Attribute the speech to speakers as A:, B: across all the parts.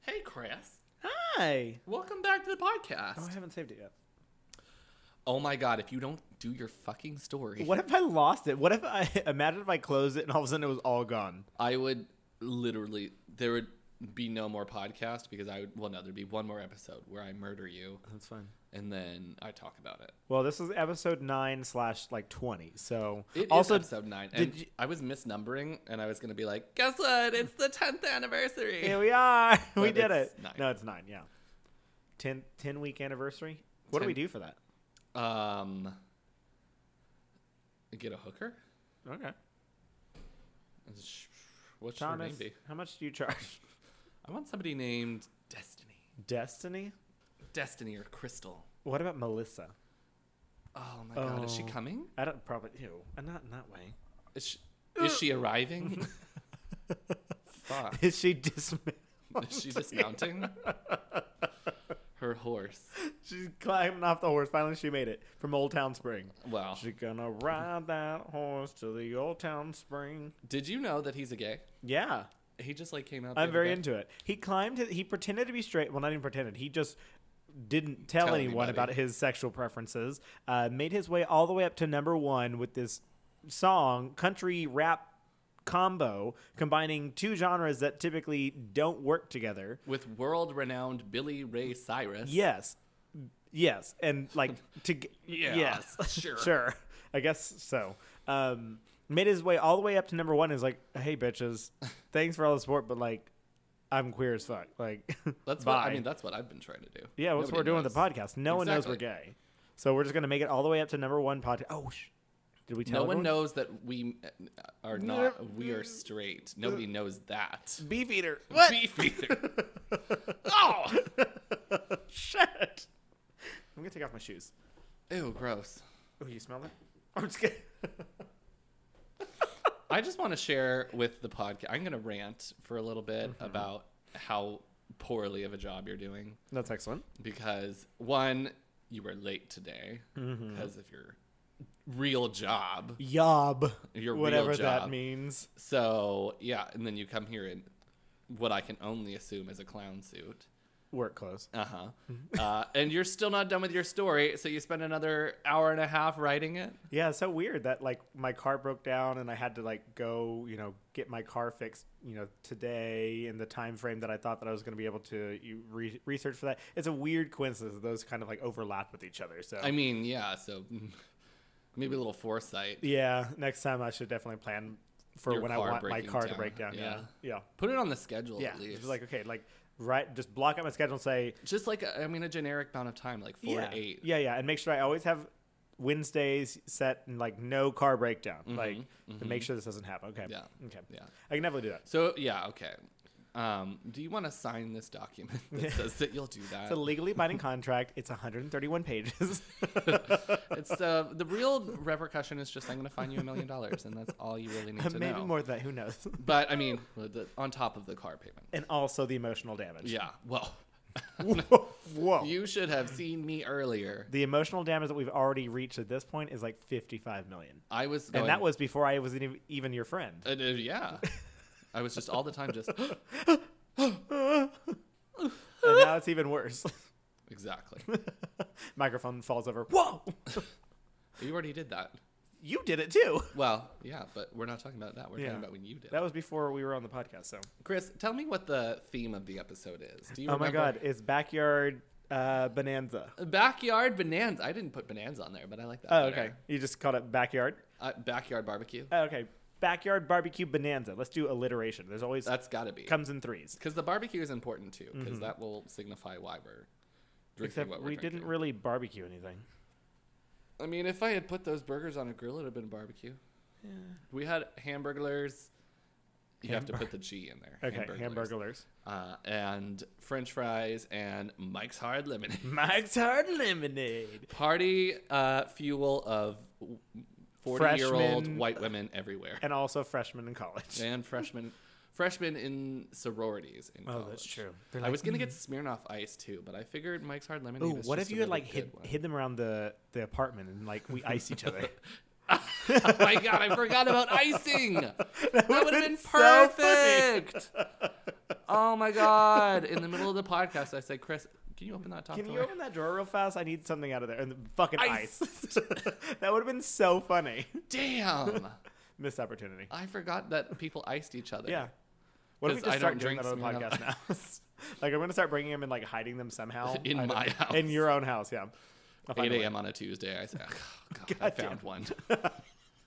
A: Hey, Chris.
B: Hi.
A: Welcome back to the podcast.
B: Oh, I haven't saved it yet.
A: Oh my god, if you don't do your fucking story,
B: What if I lost it? What if I imagine if I closed it and all of a sudden it was all gone?
A: I would literally there would be no more podcast because I would well no, there'd be one more episode where I murder you
B: That's fine.
A: and then I talk about it.
B: Well, this is episode nine slash like twenty. So
A: It is
B: also
A: episode nine. And
B: did you-
A: I was misnumbering and I was gonna be like, guess what? It's the tenth anniversary.
B: here we are. we
A: But
B: did
A: it's
B: it.
A: nine.
B: No, it's nine. Yeah. 10, 10 week anniversary. What do we
A: Ten-
B: do for that?
A: Um get a hooker?
B: Okay.
A: What should her name
B: Thomas,
A: be?
B: how much do you charge?
A: I want somebody named Destiny.
B: Destiny.
A: Destiny or Crystal.
B: What about Melissa?
A: Oh my god, is she
B: Oh.
A: coming?
B: I don't probably ew. Uh, Not in that way.
A: Is she, is she arriving? Fuck.
B: Is she dismissed?
A: Is she dismounting? Her horse.
B: She's climbing off the horse. Finally, she made it from Old Town Spring.
A: Wow.
B: She gonna ride that horse to the old town spring.
A: Did you know that he's a gay?
B: Yeah,
A: He just like came out. the
B: I'm
A: other
B: very
A: day.
B: into it. He climbed. His, he pretended to be straight. Well, not even pretended. He just didn't tell,
A: Tell
B: anyone
A: anybody.
B: about his sexual preferences. Uh, made his way all the way up to number one with this song, country rap combo, combining two genres that typically don't work together.
A: with world-renowned Billy Ray Cyrus.
B: Yes. Yes. And like to g-
A: Yeah,
B: yes.
A: sure.
B: sure. I guess so. Um made his way all the way up to number 1 is like, "Hey bitches, thanks for all the support, but like I'm queer as fuck." Like
A: That's
B: bye.
A: what I mean. That's what I've been trying to do.
B: yeah, what's we're
A: Nobody
B: doing with
A: knows.
B: the podcast? No one knows we're
A: Exactly.
B: gay. So we're just going to make it all the way up to number 1 podcast. Oh, sh- did we tell
A: No one
B: everyone?
A: knows that we are not. We are straight. Nobody knows that.
B: Beef eater.
A: Beef eater. oh.
B: Shit. I'm going to take off my shoes.
A: Ew, gross.
B: Oh, you smell that? I'm just kidding.
A: I just want to share with the podcast. I'm going to rant for a little bit
B: Mm-hmm.
A: about how poorly of a job you're doing
B: That's excellent.
A: because one, you were late today
B: Mm-hmm.
A: because of your real job.
B: Yob.
A: Your real
B: whatever
A: job.
B: that means.
A: So yeah, and then you come here in what I can only assume is a clown suit.
B: Work clothes.
A: Uh-huh.
B: Mm-hmm.
A: uh And you're still not done with your story, so you spend another hour and a half writing it.
B: Yeah, it's so weird that like my car broke down and I had to like go, you know, get my car fixed, you know, today in the time frame that I thought that I was going to be able to you, re- research for that. It's a weird coincidence that those kind of like overlap with each other. So
A: I mean, yeah. So maybe a little foresight.
B: yeah, next time I should definitely plan for
A: Your
B: when I
A: car
B: want my
A: breaking
B: car to
A: down.
B: break down. Yeah, yeah,
A: Put it on the schedule
B: yeah.
A: at
B: Just
A: least.
B: be like okay, like right, just block out my schedule and say
A: just like a, I mean a generic amount of time, like four
B: yeah,
A: to eight.
B: yeah, yeah, and make sure I always have Wednesdays set and like no car breakdown, like to make sure this doesn't happen. Okay,
A: Mm-hmm, Yeah.
B: okay,
A: Yeah.
B: I can definitely do that.
A: So yeah, okay. Um, do you want to sign this document that says that you'll do that?
B: It's a legally binding contract. It's 131 pages.
A: it's uh, the real repercussion is just I'm going to fine you a million dollars, and that's all you really need to
B: Maybe
A: know.
B: more than that. Who knows?
A: But I mean, with the, on top of the car payment.
B: And also the emotional damage.
A: Yeah. Well,
B: Whoa. whoa.
A: you should have seen me earlier.
B: the emotional damage that we've already reached at this point is like 55 million.
A: I was. Going,
B: And that was before I was even- even your friend.
A: Uh, uh, yeah. I was just all the time just
B: And now it's even worse.
A: exactly.
B: Microphone falls over. Whoa!
A: You already did that.
B: You did it too.
A: Well, yeah, but we're not talking about that. We're
B: Yeah.
A: talking about when you did. it.
B: That was before we were on the podcast. So.
A: Chris, tell me what the theme of the episode is. Do you
B: Oh my
A: remember?
B: God. It's backyard uh, bonanza.
A: Backyard Bonanza. I didn't put bonanza on there, but I like that.
B: Oh,
A: better.
B: okay. You just called it backyard.
A: Uh, backyard barbecue.
B: Oh, okay. Backyard barbecue bonanza. Let's do alliteration. There's always
A: That's got to be.
B: comes in threes.
A: Because the barbecue is important too, because that will signify why we're drinking
B: Mm-hmm. Except
A: what we're
B: we
A: drinking.
B: didn't really barbecue anything.
A: I mean, if I had put those burgers on a grill, it would have been barbecue. We had hamburglers. You have to put the G in there.
B: Okay,
A: Hamburglers.
B: hamburglers.
A: Uh, and French fries and Mike's Hard Lemonade.
B: Mike's Hard Lemonade.
A: Party uh, fuel of forty-year-old
B: Freshmen.
A: white women everywhere.
B: And also freshmen in college.
A: and freshmen freshmen in sororities in
B: Oh,
A: college.
B: that's true. They're
A: I
B: like, "Mm."
A: was gonna get Smirnoff Ice too, but I figured Mike's Hard Lemonade.
B: Ooh,
A: is
B: what
A: just
B: if you had
A: another
B: like
A: good
B: hid,
A: one.
B: hid them around the, the apartment and like we iced each other?
A: oh my god, I forgot about icing. that would have
B: would've
A: been
B: been so funny.
A: perfect. Oh my god! In the middle of the podcast, I said, "Chris, can you open that top
B: Can you
A: drawer?"
B: open that drawer real fast? I need something out of there. And the fucking ice.
A: Ice.
B: that would have been so funny.
A: Damn!
B: Missed opportunity.
A: I forgot that people iced each other.
B: Yeah. What if we
A: 'Cause
B: just
A: I
B: start
A: don't
B: doing
A: drink
B: that on the
A: Smirnoff
B: podcast now? like I'm gonna start bringing them and like hiding them somehow
A: In
B: I don't-
A: my house.
B: in your own house. Yeah. I'll find
A: Eight
B: a way.
A: a.m. on a Tuesday. I said, oh, God, I
B: God damn.
A: found one.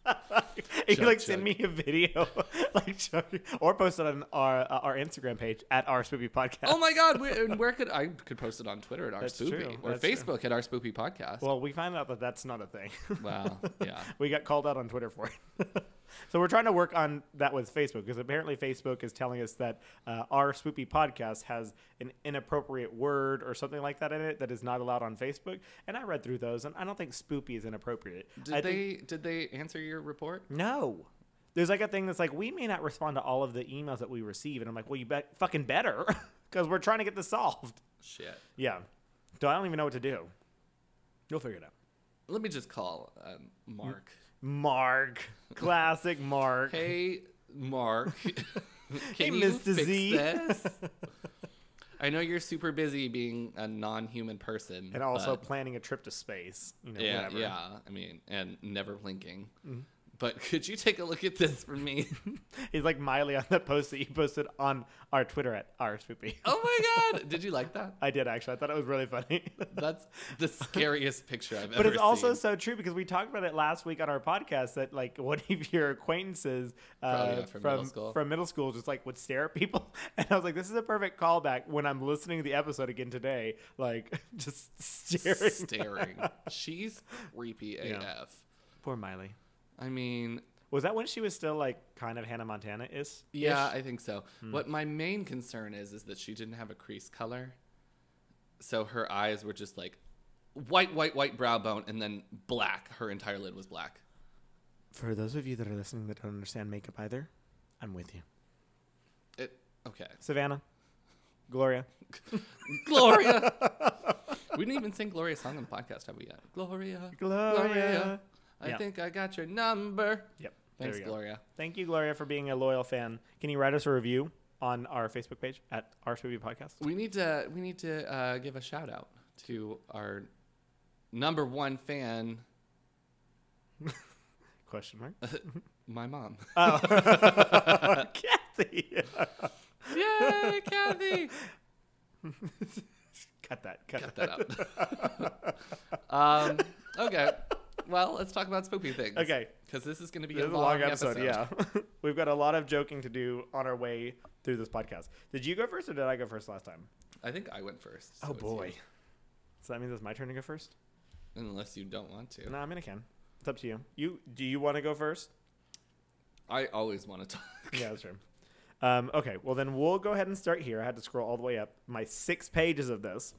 B: And you
A: Chug,
B: like send
A: chug.
B: me a video, like chug- or post it on our uh, our Instagram page at our spoopy podcast.
A: oh my god! Where, and where could I could post it on Twitter at our
B: That's
A: spoopy
B: true,
A: or
B: that's true.
A: Facebook at our spoopy podcast?
B: Well, we found out that that's not a thing.
A: wow. Yeah.
B: we got called out on Twitter for it. so we're trying to work on that with Facebook because apparently Facebook is telling us that uh, our spoopy podcast has an inappropriate word or something like that in it that is not allowed on Facebook. And I read through those, and I don't think spoopy is inappropriate.
A: Did
B: I
A: they
B: think-
A: did they answer your report?
B: No. There's like a thing that's like, we may not respond to all of the emails that we receive. And I'm like, well, you bet fucking better because we're trying to get this solved.
A: Shit.
B: Yeah. So I don't even know what to do. You'll figure it out.
A: Let me just call um, Mark.
B: Mark. Classic Mark.
A: Hey, Mark. Can
B: Hey,
A: you
B: Mr.
A: fix
B: Z.
A: this? I know you're super busy being a non-human person,
B: And also
A: but-
B: planning a trip to space. You know,
A: yeah,
B: whatever. Mm-hmm.
A: yeah. I mean, and never blinking. But could you take a look at this for me?
B: He's like Miley on that post that you posted on our Twitter at our spoopy.
A: oh my god! Did you like that?
B: I did actually. I thought it was really funny.
A: That's the scariest picture I've ever
B: but it's also
A: seen.
B: so true because we talked about it last week on our podcast that like one of your acquaintances
A: Probably
B: uh,
A: not from
B: from
A: middle school.
B: from middle school just like would stare at people, and I was like, this is a perfect callback when I'm listening to the episode again today, like just staring.
A: staring. She's creepy
B: Yeah.
A: AF.
B: Poor Miley.
A: I mean,
B: Was that when she was still like kind of Hannah Montana is?
A: Yeah, I think so.
B: Hmm.
A: What my main concern is is that she didn't have a crease color. So her eyes were just like white, white, white brow bone and then black. Her entire lid was black.
B: For those of you that are listening that don't understand makeup either, I'm with you.
A: It okay.
B: Savannah, Gloria.
A: Gloria. we didn't even sing Gloria's song on the podcast, have we yet? Gloria.
B: Gloria.
A: I
B: Yeah.
A: think I got your number.
B: Yep. there
A: Thanks,
B: we go.
A: Gloria.
B: Thank you, Gloria, for being a loyal fan. Can you write us a review on our Facebook page at our Spoopy Podcast?
A: We need to we need to uh, give a shout out to our number one fan,
B: Question mark.
A: my mom.
B: Oh, Kathy.
A: Yay, Kathy!
B: cut that.
A: cut
B: Cut, that.
A: that out. um, okay. Well, let's talk about spooky things.
B: Okay.
A: Because this is going to be
B: This
A: a
B: is
A: long, episode.
B: Yeah, we've got a lot of joking to do on our way through this podcast. Did you go first, or did I go first last time?
A: I think I went first.
B: Oh,
A: so it's you.
B: So that means it's my turn to go first.
A: Unless you don't want to.
B: No, I mean I can. It's up to you. You do you want to go first?
A: I always want to talk.
B: yeah, that's true. Um, okay, well then we'll go ahead and start here. I had to scroll all the way up. My six pages of this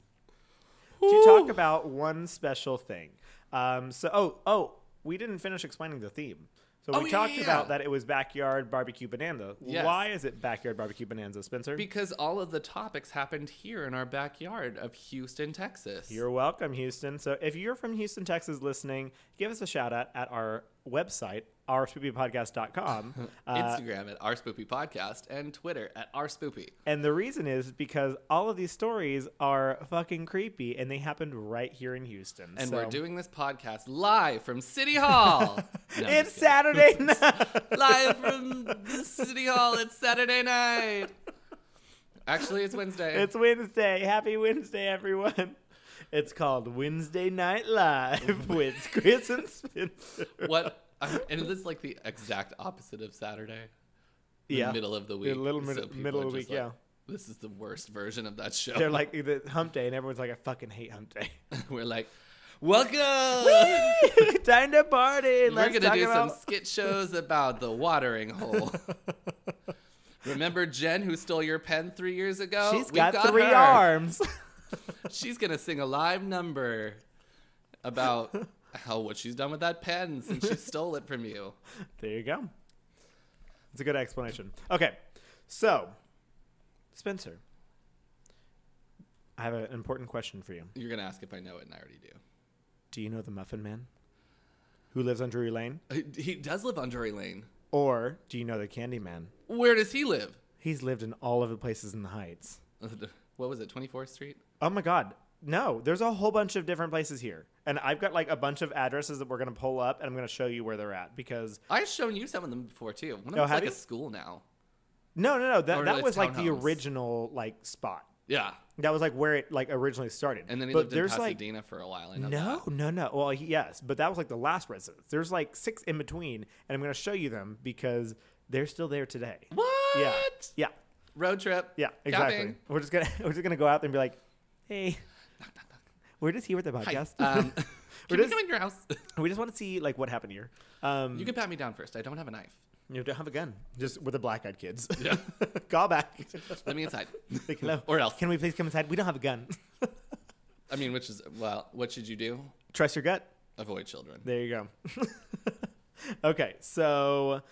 B: to talk about one special thing. Um, so, oh, oh, we didn't finish explaining the theme. So
A: Oh,
B: we
A: yeah,
B: talked
A: yeah,
B: about
A: yeah.
B: that it was backyard barbecue bonanza.
A: Yes.
B: Why is it backyard barbecue bonanza, Spencer?
A: Because all of the topics happened here in our backyard of Houston, Texas.
B: You're welcome, Houston. So if you're from Houston, Texas, listening, give us a shout out at our website, ourspoopypodcast.com. Uh,
A: Instagram at our spoopy podcast and Twitter at our spoopy.
B: And the reason is because all of these stories are fucking creepy and they happened right here in Houston.
A: And
B: So-
A: we're doing this podcast live from City Hall. No, I'm
B: It's
A: just kidding.
B: Saturday night.
A: live from the City Hall. It's Saturday night. Actually, it's Wednesday.
B: it's Wednesday. Happy Wednesday, everyone. It's called Wednesday Night Live with Chris and Spencer.
A: what? I'm, and this is like the exact opposite of Saturday. The
B: Yeah.
A: middle of the week.
B: little mid-
A: people
B: middle
A: are
B: of the
A: just
B: week,
A: like, This is the worst version of that show.
B: They're like the hump day, and everyone's like, I fucking hate hump day.
A: We're like, welcome.
B: Time to party.
A: We're
B: Let's
A: gonna
B: talk
A: do
B: about-
A: some skit shows about the watering hole. Remember Jen who stole your pen three years ago?
B: She's
A: We've
B: got, three
A: her.
B: arms.
A: She's gonna sing a live number about how what she's done with that pen since she stole it from you.
B: There you go. It's a good explanation. Okay, so Spencer, I have an important question for you.
A: You're gonna ask if I know it, and I already do.
B: Do you know the Muffin Man, who lives on Drury Lane,
A: He does live on Drury Lane.
B: or do you know the Candy Man?
A: Where does he live?
B: He's lived in all of the places in the Heights.
A: what was it, 24th Street?
B: Oh my God. No, there's a whole bunch of different places here. And I've got like a bunch of addresses that we're going to pull up and I'm going to show you where they're at because
A: I've shown you some of them before too. One of
B: Oh,
A: them's
B: have
A: like
B: you?
A: a school now.
B: no, no, no.
A: Or
B: That, that
A: like
B: was like the
A: townhomes.
B: original like spot.
A: Yeah,
B: That was like where it like originally started.
A: and then he
B: but
A: lived in
B: there's like
A: Pasadena for a while. I know
B: No,
A: that.
B: no, no. Well, he- yes, but that was like the last residence. There's like six in between, and I'm going to show you them because they're still there today.
A: What?
B: Yeah, yeah,
A: Road trip.
B: yeah. Exactly.
A: Camping.
B: We're just gonna we're just gonna go out there and be like, hey, we're just here with the
A: Hi.
B: podcast.
A: Um, can we
B: We're just-
A: come in your house?
B: we just want to see like what happened here. Um,
A: you
B: you,
A: can pat me down first. I don't have a knife.
B: don't have a gun. Just with the black eyed kids.
A: Yeah.
B: Call back.
A: Let me inside.
B: Like, hello.
A: Or else.
B: Can we please come inside? We don't have a gun.
A: I mean, which is well, what should you do?
B: Trust your gut.
A: Avoid children.
B: There you go. okay, so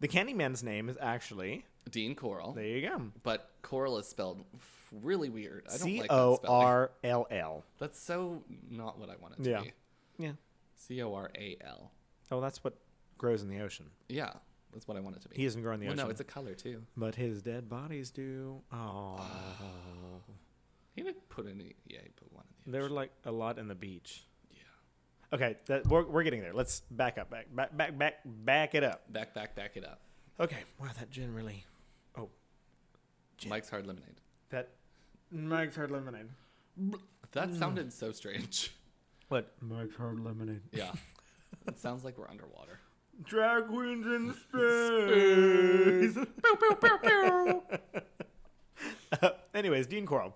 B: the Candyman's name is actually.
A: Dean Coral,
B: There you go.
A: but Coral is spelled f- really weird. I don't
B: C
A: like that
B: O
A: spelling.
B: R L L.
A: That's so not what I want it to
B: Yeah.
A: be.
B: Yeah.
A: C O R A L.
B: Oh, that's what grows in the ocean.
A: Yeah, that's what I want it to be.
B: He doesn't grow in the
A: well,
B: ocean.
A: no, it's a color too.
B: but his dead bodies do. Oh,
A: He didn't put any. Yeah, he put one in the.
B: there were like a lot in the beach.
A: Yeah.
B: Okay, that, we're, we're getting there. Let's back up, back, back, back, back, back it up.
A: Back, back, back it up.
B: Okay. Wow, that gin really. Oh,
A: Mike's hard lemonade.
B: that Mike's Hard Lemonade. Mm.
A: That sounded so strange.
B: What? Mike's Hard Lemonade.
A: Yeah. it sounds like we're underwater.
B: Drag queens in space.
A: Pew, pew, pew, pew.
B: Anyways, Dean Coral.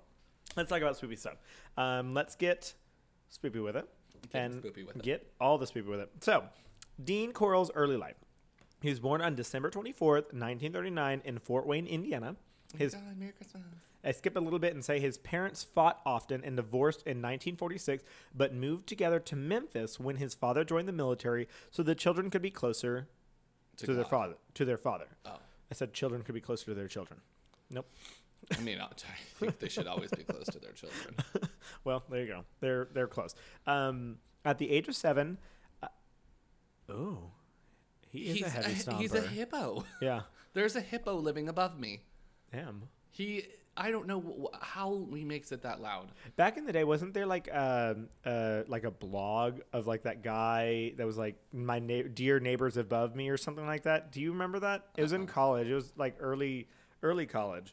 B: Let's talk about spoopy stuff. Um, let's get spoopy with it
A: Getting
B: and
A: spoopy with it.
B: get all the spoopy with it. So, Dean Coral's early life. He was born on December 24th, 1939, in Fort Wayne, Indiana. His
A: God, Merry Christmas.
B: I skip a little bit and say his parents fought often and divorced in 1946, but moved together to Memphis when his father joined the military, so the children could be closer to, their
A: God.
B: father. To their father,
A: Oh,
B: I said children could be closer to their children. Nope.
A: I mean, I think they should always be close to their children.
B: well, there you go. They're they're close. Um, at the age of seven, uh, oh, he is a heavy stomper.
A: he's a hippo.
B: yeah,
A: There's a hippo living above me.
B: damn.
A: He, I don't know wh- how he makes it that loud.
B: Back in the day, wasn't there like um uh, like a blog of like that guy that was like my na- dear neighbors above me or something like that? Do you remember that? It was in college. It was like early early college,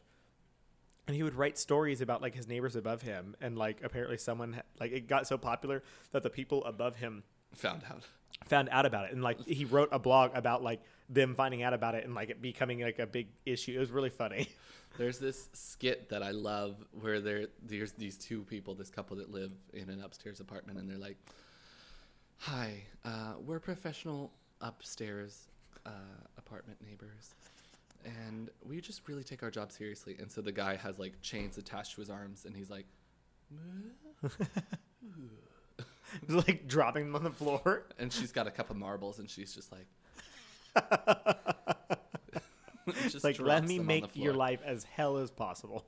B: and he would write stories about like his neighbors above him, and like apparently someone ha- like it got so popular that the people above him
A: Found out.
B: found out about it and like he wrote a blog about like them finding out about it and like it becoming like a big issue it was really funny
A: There's this skit that I love where there there's these two people, this couple that live in an upstairs apartment, and they're like, "Hi, uh, we're professional upstairs uh, apartment neighbors, and we just really take our job seriously." And so the guy has like chains attached to his arms, and he's like,
B: It was, like dropping them on the floor
A: and she's got a cup of marbles, and she's just like. Just
B: like
A: drops
B: let me
A: them on
B: make
A: the
B: your
A: floor.
B: life as hell as possible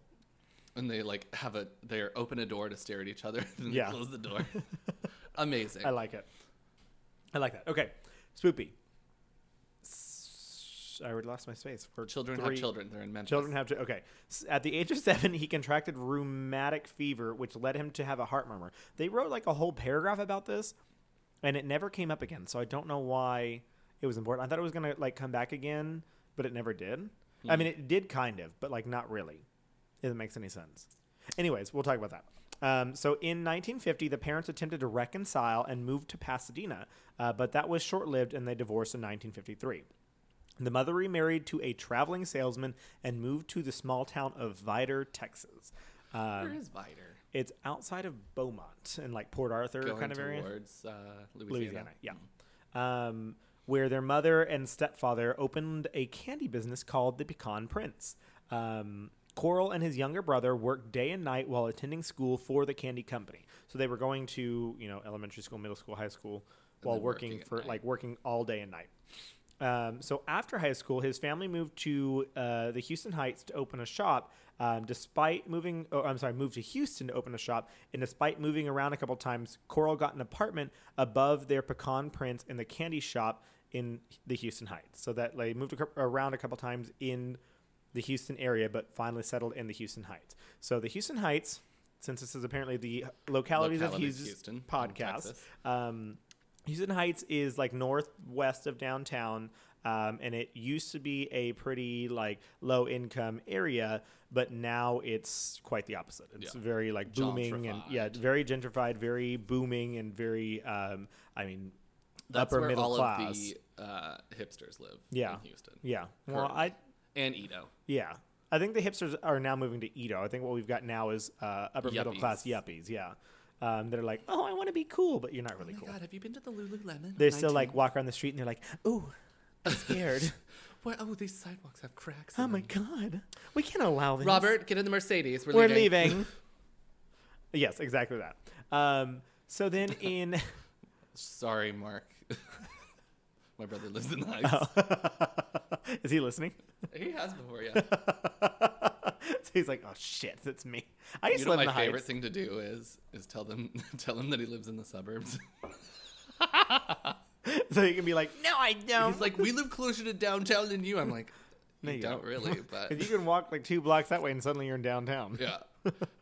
A: and they like have a they are open a door to stare at each other and then
B: Yeah.
A: they close the door amazing
B: i like it i like that okay spoopy S- i already lost my space for
A: children
B: three.
A: have children they're in Memphis
B: Children have to. Okay. S- At the age of seven, he contracted rheumatic fever, which led him to have a heart murmur. They wrote like a whole paragraph about this, and it never came up again. So I don't know why it was important. I thought it was going to like come back again, but it never did. I mean, it did kind of, but like not really. If it makes any sense. Anyways, we'll talk about that. Um, so in 1950, the parents attempted to reconcile and moved to Pasadena, uh, but that was short lived and they divorced in 1953. The mother remarried to a traveling salesman and moved to the small town of Vider, Texas. Uh,
A: where is Vider
B: it's outside of Beaumont and like Port Arthur
A: going
B: kind of area.
A: towards uh, Louisiana.
B: Louisiana, yeah. Um, where their mother and stepfather opened a candy business called the Pecan Prince. Um, Coral and his younger brother worked day and night while attending school for the candy company. So they were going to, you know, elementary school, middle school, high school, while
A: then
B: working,
A: working at
B: for
A: night.
B: like working all day and night. Um, so after high school, his family moved to uh, the Houston Heights to open a shop. Um, despite moving, oh, I'm sorry, moved to Houston to open a shop, and despite moving around a couple times, Coral got an apartment above their pecan prints in the candy shop in the Houston Heights. So that they moved a, cou- around a couple times in the Houston area, but finally settled in the Houston Heights. So the Houston Heights, since this is apparently the localities,
A: Localities,
B: of Houston,
A: Houston, in
B: podcast,
A: Texas.
B: um, Houston Heights is like northwest of downtown, um, and it used to be a pretty like low income area, but now it's quite the opposite. It's
A: Yeah.
B: very like booming and yeah,
A: Gentrified.
B: very gentrified, very booming, and very um, I mean
A: That's
B: upper
A: where
B: middle
A: all
B: class.
A: of the uh, hipsters live.
B: Yeah.
A: in Houston.
B: yeah, well,
A: currently.
B: I
A: and Edo. Oh
B: Yeah. I think the hipsters are now moving to Edo. I think what we've got now is uh, upper middle
A: Yuppies.
B: class yuppies. Yeah. Um, they're like, oh, I want to be cool, but you're not really
A: Oh my
B: cool.
A: god, have you been to the Lululemon?
B: They
A: on
B: still like
A: 19?
B: walk around the street and they're like, ooh, I'm scared.
A: Where, oh, these sidewalks have cracks.
B: oh
A: in
B: my
A: them.
B: God. We can't allow this.
A: Robert, get in the Mercedes. We're,
B: we're
A: leaving.
B: leaving. yes, exactly that. Um, so then in.
A: Sorry, Mark. my brother lives in the Heights.
B: Oh. is he listening?
A: He has before, yeah.
B: so he's like, oh, shit, that's me. I used
A: You
B: to
A: know,
B: live
A: my
B: in the
A: favorite
B: Heights.
A: thing to do is is tell them tell him that he lives in the suburbs.
B: So he can be like, no, I don't.
A: He's like, we live closer to downtown than you. I'm like,
B: No,
A: you
B: you
A: don't
B: don't."
A: really, but
B: Because you can walk like two blocks that way and suddenly you're in downtown.
A: yeah.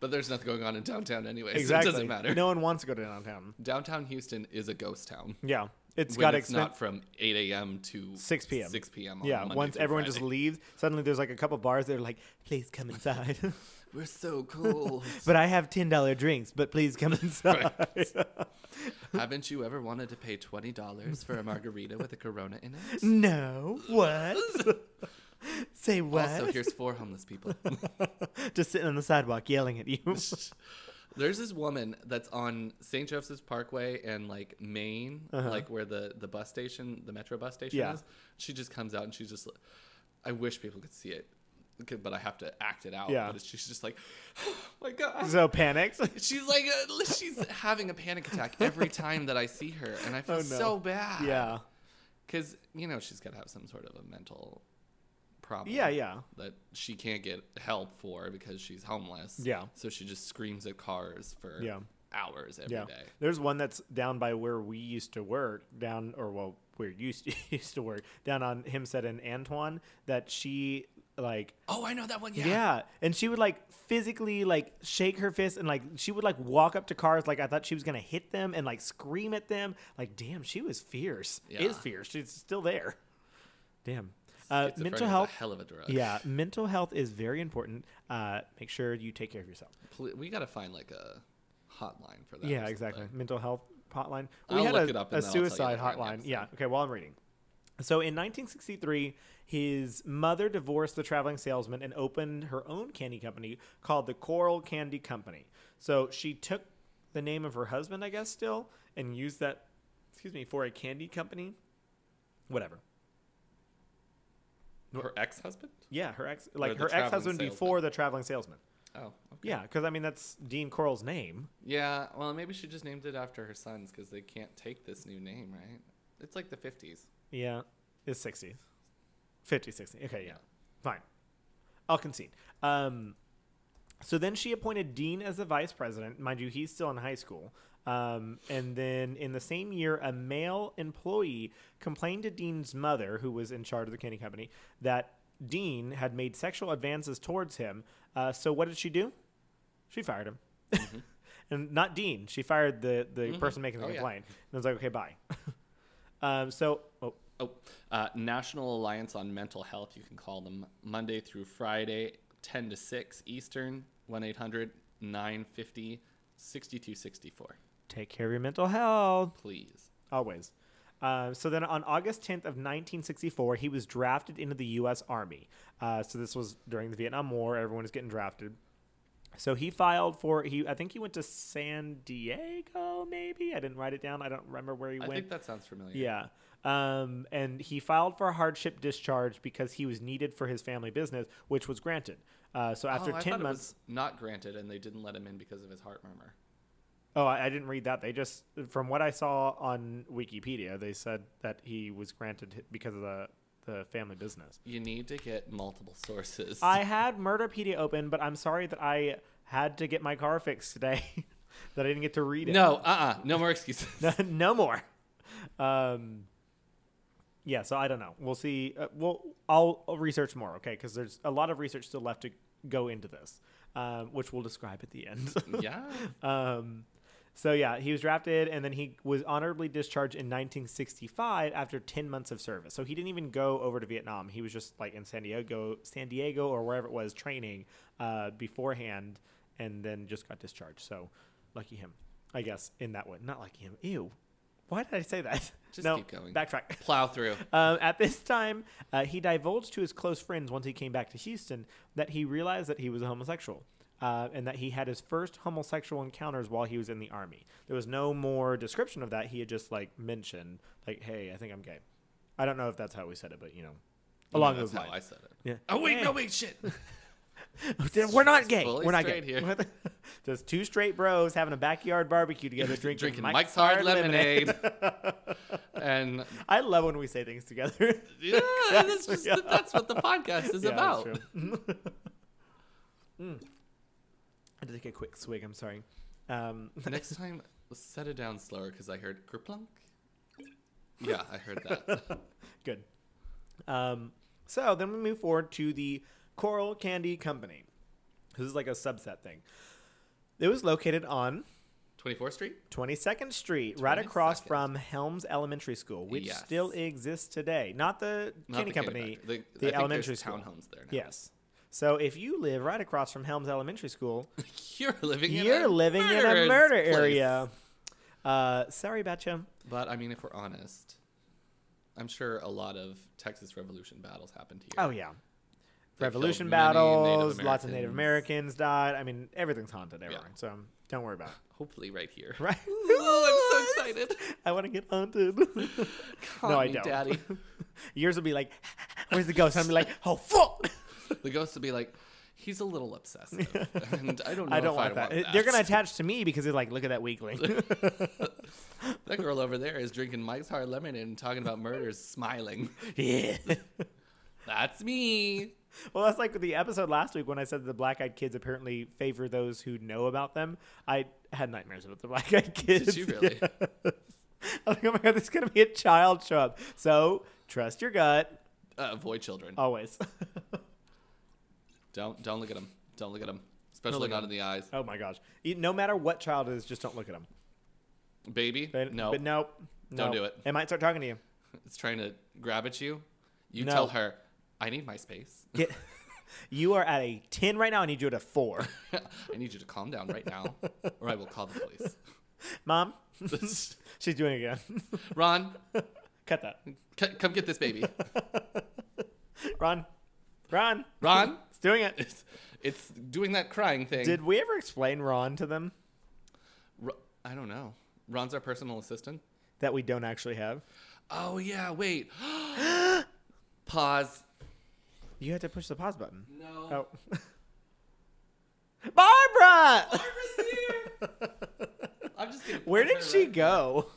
A: But there's nothing going on in downtown anyway,
B: Exactly.
A: so it doesn't matter.
B: No one wants to go to downtown.
A: Downtown Houston is a ghost town.
B: Yeah. it's
A: It's
B: got
A: when
B: to
A: it's not from 8 a.m. to
B: 6 p.m..
A: 6 p.m. On
B: yeah.
A: Monday
B: once
A: through
B: everyone just
A: Friday.
B: leaves, suddenly there's like a couple bars that are like, please come inside.
A: we're so cold.
B: but I have $10 drinks, but please come inside.
A: Haven't you ever wanted to pay twenty dollars for a margarita with a Corona in it?
B: no. What? Say what?
A: Also, here's four homeless people.
B: just sitting on the sidewalk yelling at you.
A: There's this woman that's on St. Joseph's Parkway and like Maine, like where the the bus station, the metro bus station
B: Uh-huh. Yeah.
A: is. She just comes out and she's just. I wish people could see it, okay, but I have to act it out.
B: Yeah.
A: But it's- she's just like, oh my god.
B: so panicked.
A: She's like, uh, she's having a panic attack every time that I see her, and I feel
B: Oh, no.
A: so bad.
B: yeah.
A: because you know she's got to have some sort of a mental problem.
B: Yeah, yeah.
A: That she can't get help for because she's homeless.
B: Yeah.
A: So she just screams at cars for
B: Yeah.
A: hours every day.
B: Yeah. There's one that's down by where we used to work, down or well, where you used to, used to work, down on Hempstead and Antoine that she like
A: Oh, I know that one. Yeah.
B: yeah. and she would like physically like shake her fist and like she would like walk up to cars like I thought she was going to hit them and like scream at them. Like damn, she was fierce.
A: Yeah.
B: Is fierce. She's still there. Damn. Uh,
A: Schizophrenia is
B: mental health.
A: a hell of a drug.
B: Yeah, mental health is very important. Uh, make sure you take care of yourself.
A: Pl- We gotta find like a hotline for that. or
B: Yeah,
A: something.
B: exactly. Mental health hotline. We
A: I'll
B: had
A: look
B: a,
A: it up
B: a
A: and then I'll tell you
B: suicide
A: later on
B: hotline.
A: the
B: Yeah. Okay. While I'm reading. So in 1963, his mother divorced the traveling salesman and opened her own candy company called the Coral Candy Company. So she took the name of her husband, I guess, still, and used that, excuse me, for a candy company. Whatever.
A: Her ex-husband.
B: Yeah, her ex, like
A: the
B: her
A: traveling
B: ex husband
A: salesman.
B: before the traveling salesman.
A: Oh. Okay.
B: Yeah, because I mean that's Dean Coral's name.
A: Yeah. Well, maybe she just named it after her sons because they can't take this new name, right? It's like the 50s.
B: Yeah, it's 60. 50, 60. Okay, yeah. Fine. I'll concede. Um, so then she appointed Dean as the vice president. Mind you, he's still in high school. Um, and then in the same year, a male employee complained to Dean's mother, who was in charge of the candy company, that Dean had made sexual advances towards him. Uh, so what did she do? She fired him. and not Dean. She fired the, the person making the
A: Mm-hmm. Oh, yeah.
B: complaint. And I was like, okay, bye. um, so, oh,
A: Oh, uh, National Alliance on Mental Health. You can call them Monday through Friday, 10 to 6 Eastern, 1 800 950 6264.
B: take care of your mental health
A: Please.
B: always uh, so then on august 10th of 1964 he was drafted into the u.s army uh, so this was during the vietnam war everyone was getting drafted so he filed for he i think he went to san diego maybe i didn't write it down i don't remember where he
A: I
B: went
A: think that sounds familiar.
B: yeah. Um, and he filed for a hardship discharge because he was needed for his family business, which was granted. Uh, so after
A: oh, I
B: 10
A: thought it
B: months.
A: was not granted, and they didn't let him in because of his heart murmur.
B: Oh, I, I didn't read that. They just, from what I saw on Wikipedia, they said that he was granted hi- because of the, the family business.
A: You need to get multiple sources.
B: I had Murderpedia open, but I'm sorry that I had to get my car fixed today, that I didn't get to
A: uh-uh,
B: read it.
A: no, uh uh No more excuses.
B: no more. Um, yeah, so I don't know. We'll see. Uh, well, I'll, I'll research more, okay? Because there's a lot of research still left to go into this, um, which we'll describe at the end.
A: yeah.
B: Um, so yeah, he was drafted, and then he was honorably discharged in 1965 after 10 months of service. So he didn't even go over to Vietnam. He was just like in San Diego, San Diego, or wherever it was, training uh, beforehand, and then just got discharged. So lucky him, I guess. In that way, not lucky him. Ew. Why did I say that?
A: Just keep going.
B: Backtrack.
A: Plow through.
B: Um, at this time, uh, he divulged to his close friends once he came back to Houston that he realized that he was a homosexual. Uh, and that he had his first homosexual encounters while he was in the army. There was no more description of that. He had just like mentioned, like, "Hey, I think I'm gay." I don't know if that's how we said it, but you know, along
A: That's
B: those
A: how I
B: lines.
A: said it.
B: Yeah.
A: Oh wait, no wait, shit.
B: We're not gay.
A: fully
B: We're not gay.
A: straight here.
B: just two straight bros having a backyard barbecue together, drinking,
A: Drinking Mike's, Hard Lemonade. and
B: I love when we say things together.
A: yeah, that's just
B: Yeah.
A: that's what the podcast is
B: Yeah, that's
A: about.
B: true. Mm. I had to take a quick swig. I'm sorry. Um,
A: Next time, set it down slower because I heard kerplunk. Yeah, I heard that.
B: good. Um, so then we move forward to the Coral Candy Company. This is like a subset thing. It was located on
A: 24th Street.
B: 22nd Street, right across
A: 22nd.
B: from Helms Elementary School, which
A: Yes.
B: still exists today. Not the
A: Not
B: candy
A: the
B: company,
A: kindergarten. The- I
B: the,
A: think there's
B: elementary school.
A: townhomes there now.
B: Yes. So if you live right across from Helms Elementary School,
A: You're living in
B: You're
A: a
B: living in a
A: murderer's
B: murder
A: place.
B: area. Uh, sorry, Betcha.
A: But I mean, if we're honest, I'm sure a lot of Texas Revolution battles happened here.
B: Oh yeah,
A: They
B: revolution
A: killed many Native
B: battles. Lots of Native
A: Americans.
B: Americans died. I mean, everything's haunted everywhere. So don't worry about it.
A: Hopefully, right here.
B: Right?
A: Oh, I'm so excited.
B: I want to get haunted. no, I
A: me,
B: don't.
A: Daddy.
B: Yours will be like, "Where's the ghost?" I'm like, "Oh fuck!"
A: The ghost would be like, he's a little obsessive, and I don't know
B: I don't
A: if
B: want
A: I
B: that.
A: want that.
B: They're gonna attach to me because they're like, "Look at that weakling."
A: That girl over there is drinking Mike's Hard Lemonade and talking about murders, smiling.
B: yeah.
A: That's me.
B: Well, that's like the episode last week when I said that the black eyed kids apparently favor those who know about them. I had nightmares about the black eyed kids.
A: you really?
B: Yes. I was like, oh my god, there's gonna be a child show up. So trust your gut
A: Uh, avoid children.
B: always.
A: Don't don't look at them. Don't look at them, especially
B: look
A: not
B: at
A: in the eyes.
B: oh my gosh, E- no matter what child it is, just don't look at them.
A: Baby,
B: But,
A: no,
B: but nope,
A: Don't
B: nope.
A: do it.
B: They might start talking to you.
A: it's trying to grab at you. You
B: No.
A: tell her, I need my space.
B: Get, you are at a ten right now. I need you at a four,
A: I need you to calm down right now, or I will call the police.
B: mom. She's doing it again.
A: Ron,
B: Cut that,
A: c- come get this baby.
B: Ron. Ron,
A: Ron,
B: it's doing it.
A: it's, it's doing that crying thing.
B: Did we ever explain Ron to them
A: Ro- I don't know. Ron's our personal assistant.
B: that we don't actually have?
A: Oh yeah, wait. Pause.
B: You had to push the pause button.
A: No.
B: Oh.
A: Oh.
B: Barbara!
A: I'm just gonna
B: Where
A: put
B: did
A: her
B: she
A: right-
B: go?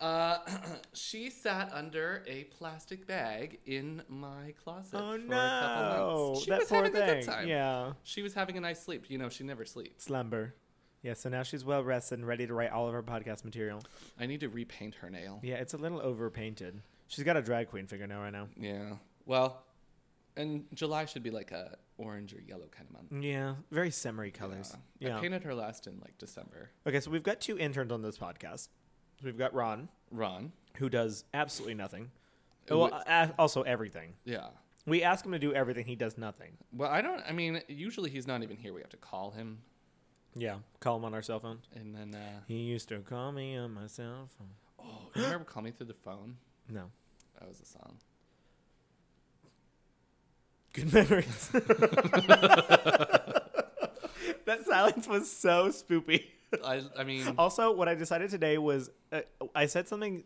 A: Uh, she sat under a plastic bag in my closet
B: Oh
A: for a couple
B: no.
A: months. She
B: That
A: was
B: poor
A: having
B: thing.
A: a good time.
B: Yeah.
A: She was having a nice sleep. You know, she never sleeps.
B: Slumber. Yeah, so now she's well rested and ready to write all of her podcast material.
A: I need to repaint her nail.
B: Yeah, it's a little overpainted. She's got a drag queen fingernail right now.
A: Yeah. Well, and July should be like a orange or yellow kind of month.
B: Yeah, very simmery colors. Mm, Yeah.
A: I painted her last in like December.
B: okay, so we've got two interns on this podcast. We've got Ron,
A: Ron.
B: who does absolutely nothing.
A: Ooh,
B: Well, a- also everything.
A: Yeah.
B: We ask him to do everything, he does nothing.
A: Well, I don't. I mean, usually he's not even here. We have to call him,
B: Yeah, call him on our cell phone.
A: and then uh,
B: He used to call me on my cell phone.
A: oh, you remember call me through the phone?
B: No.
A: That was a song.
B: Good memories. that silence was so spoopy.
A: I, I mean,
B: Also, what I decided today was uh, I said something,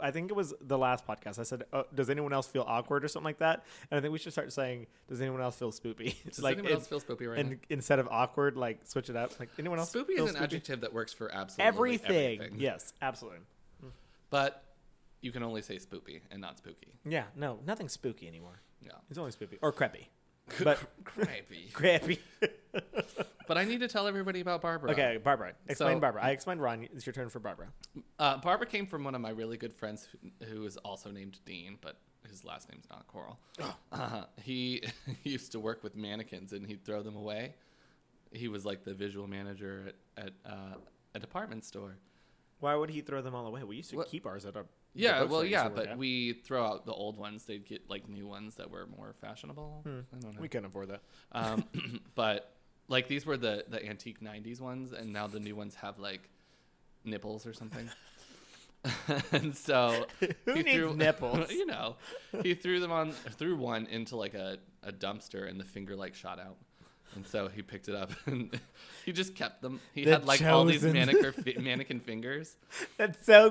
B: I think it was the last podcast. I said, uh, Does anyone else feel awkward or something like that? And I think we should start saying, Does anyone else feel spoopy? It's
A: does
B: like,
A: anyone else feel spoopy right
B: and instead of awkward, like switch it up. Like, anyone
A: now?
B: else
A: Spoopy
B: feel
A: is an adjective that works for absolutely
B: Everything.
A: everything.
B: Yes, absolutely.
A: But you can only say spoopy and not spooky.
B: Yeah, no, nothing spooky anymore.
A: Yeah.
B: It's only spoopy or creepy. But
A: Creepy.
B: creepy.
A: But I need to tell everybody about Barbara.
B: Okay, Barbara. Explain
A: So-
B: Barbara. I explained Ron. It's your turn for Barbara.
A: Uh, Barbara came from one of my really good friends who, who is also named Dean, but his last name's not Coral. Uh, he, he used to work with mannequins and he'd throw them away. He was like the visual manager at, at uh, a department store.
B: Why would he throw them all away? We used to
A: What-
B: keep ours at a
A: Yeah, well, yeah, but we throw out the old ones. They'd get like new ones that were more fashionable. I don't know.
B: Hmm. we couldn't afford that.
A: Um, but like these were the the antique '90s ones, and now the new ones have like nipples or something. and so
B: Who
A: he
B: needs nipples?
A: you know, he threw them on threw one into like a, a dumpster, and the finger like shot out. And so he picked it up, and he just kept them. He
B: The
A: had like all these
B: chosen.
A: mannequin fi- mannequin fingers,
B: That's so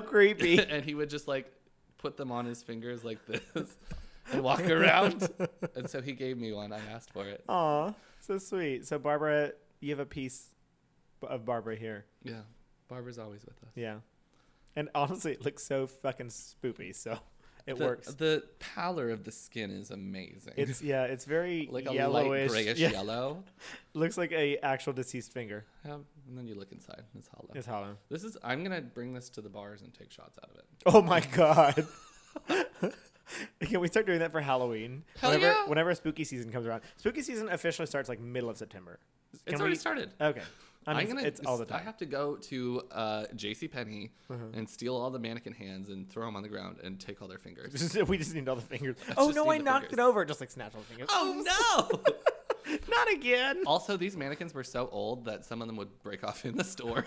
B: creepy.
A: and he would just like put them on his fingers like this and walk around. and so he gave me one. I asked for it.
B: Aw, so sweet. So Barbara, you have a piece b- of Barbara here.
A: Yeah, Barbara's always with us.
B: Yeah, and honestly, it looks so fucking spoopy. So it
A: the,
B: works.
A: The pallor of the skin is amazing.
B: It's yeah, it's very
A: like a
B: yellowish.
A: light grayish
B: yeah,
A: yellow.
B: looks like a actual deceased finger.
A: Um, and then you look inside, and it's hollow.
B: It's hollow.
A: This is. I'm gonna bring this to the bars and take shots out of it.
B: Oh my god. Can we start doing that for Halloween?
A: Hell
B: whenever,
A: yeah.
B: whenever spooky season comes around, spooky season officially starts like middle of September.
A: It's
B: Can
A: already
B: we-
A: started.
B: Okay, I'm,
A: I'm gonna.
B: It's all the
A: I
B: time. Uh-huh.
A: have to go to uh, J.C. Penney and steal all the mannequin hands and throw them on the ground and take all their fingers.
B: we just need all the fingers. oh
A: just
B: no,
A: need
B: I
A: the
B: knocked
A: fingers.
B: it over. Just like snatch all the fingers.
A: oh no!
B: Not again.
A: also, these mannequins were so old that some of them would break off in the store,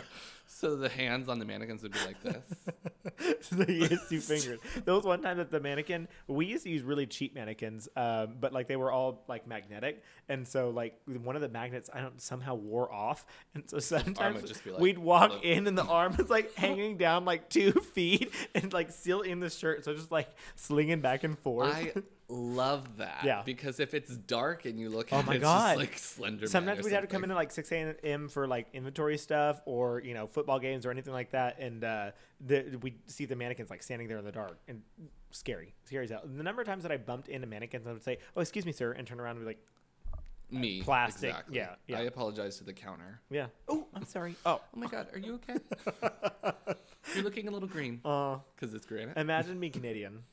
A: so the hands on the mannequins would be like this.
B: so he has two fingers. There was one time that the mannequin we used to use really cheap mannequins, um, but like they were all like magnetic, and so like one of the magnets I don't somehow wore off, and so sometimes
A: would just be like,
B: we'd walk
A: "Hello."
B: in and the arm was like hanging down like two feet and like still in the shirt, so just like slinging back and forth.
A: I love that.
B: Yeah.
A: Because if it's dark and you look
B: Oh
A: at
B: my
A: it, it's
B: God.
A: just like slender.
B: Sometimes we'd have to come in at like 6 a.m. for like inventory stuff or, you know, football games or anything like that. And uh, the, we'd see the mannequins like standing there in the dark and scary, scary as hell. The number of times that I bumped into mannequins, I would say, oh, excuse me, sir, and turn around and be like,
A: me
B: plastic.
A: exactly.
B: Yeah, yeah.
A: I apologize to the counter.
B: yeah. Oh, I'm sorry. Oh.
A: Oh my god, are you okay? You're looking a little green
B: Uh,
A: because it's granite.
B: imagine me Canadian.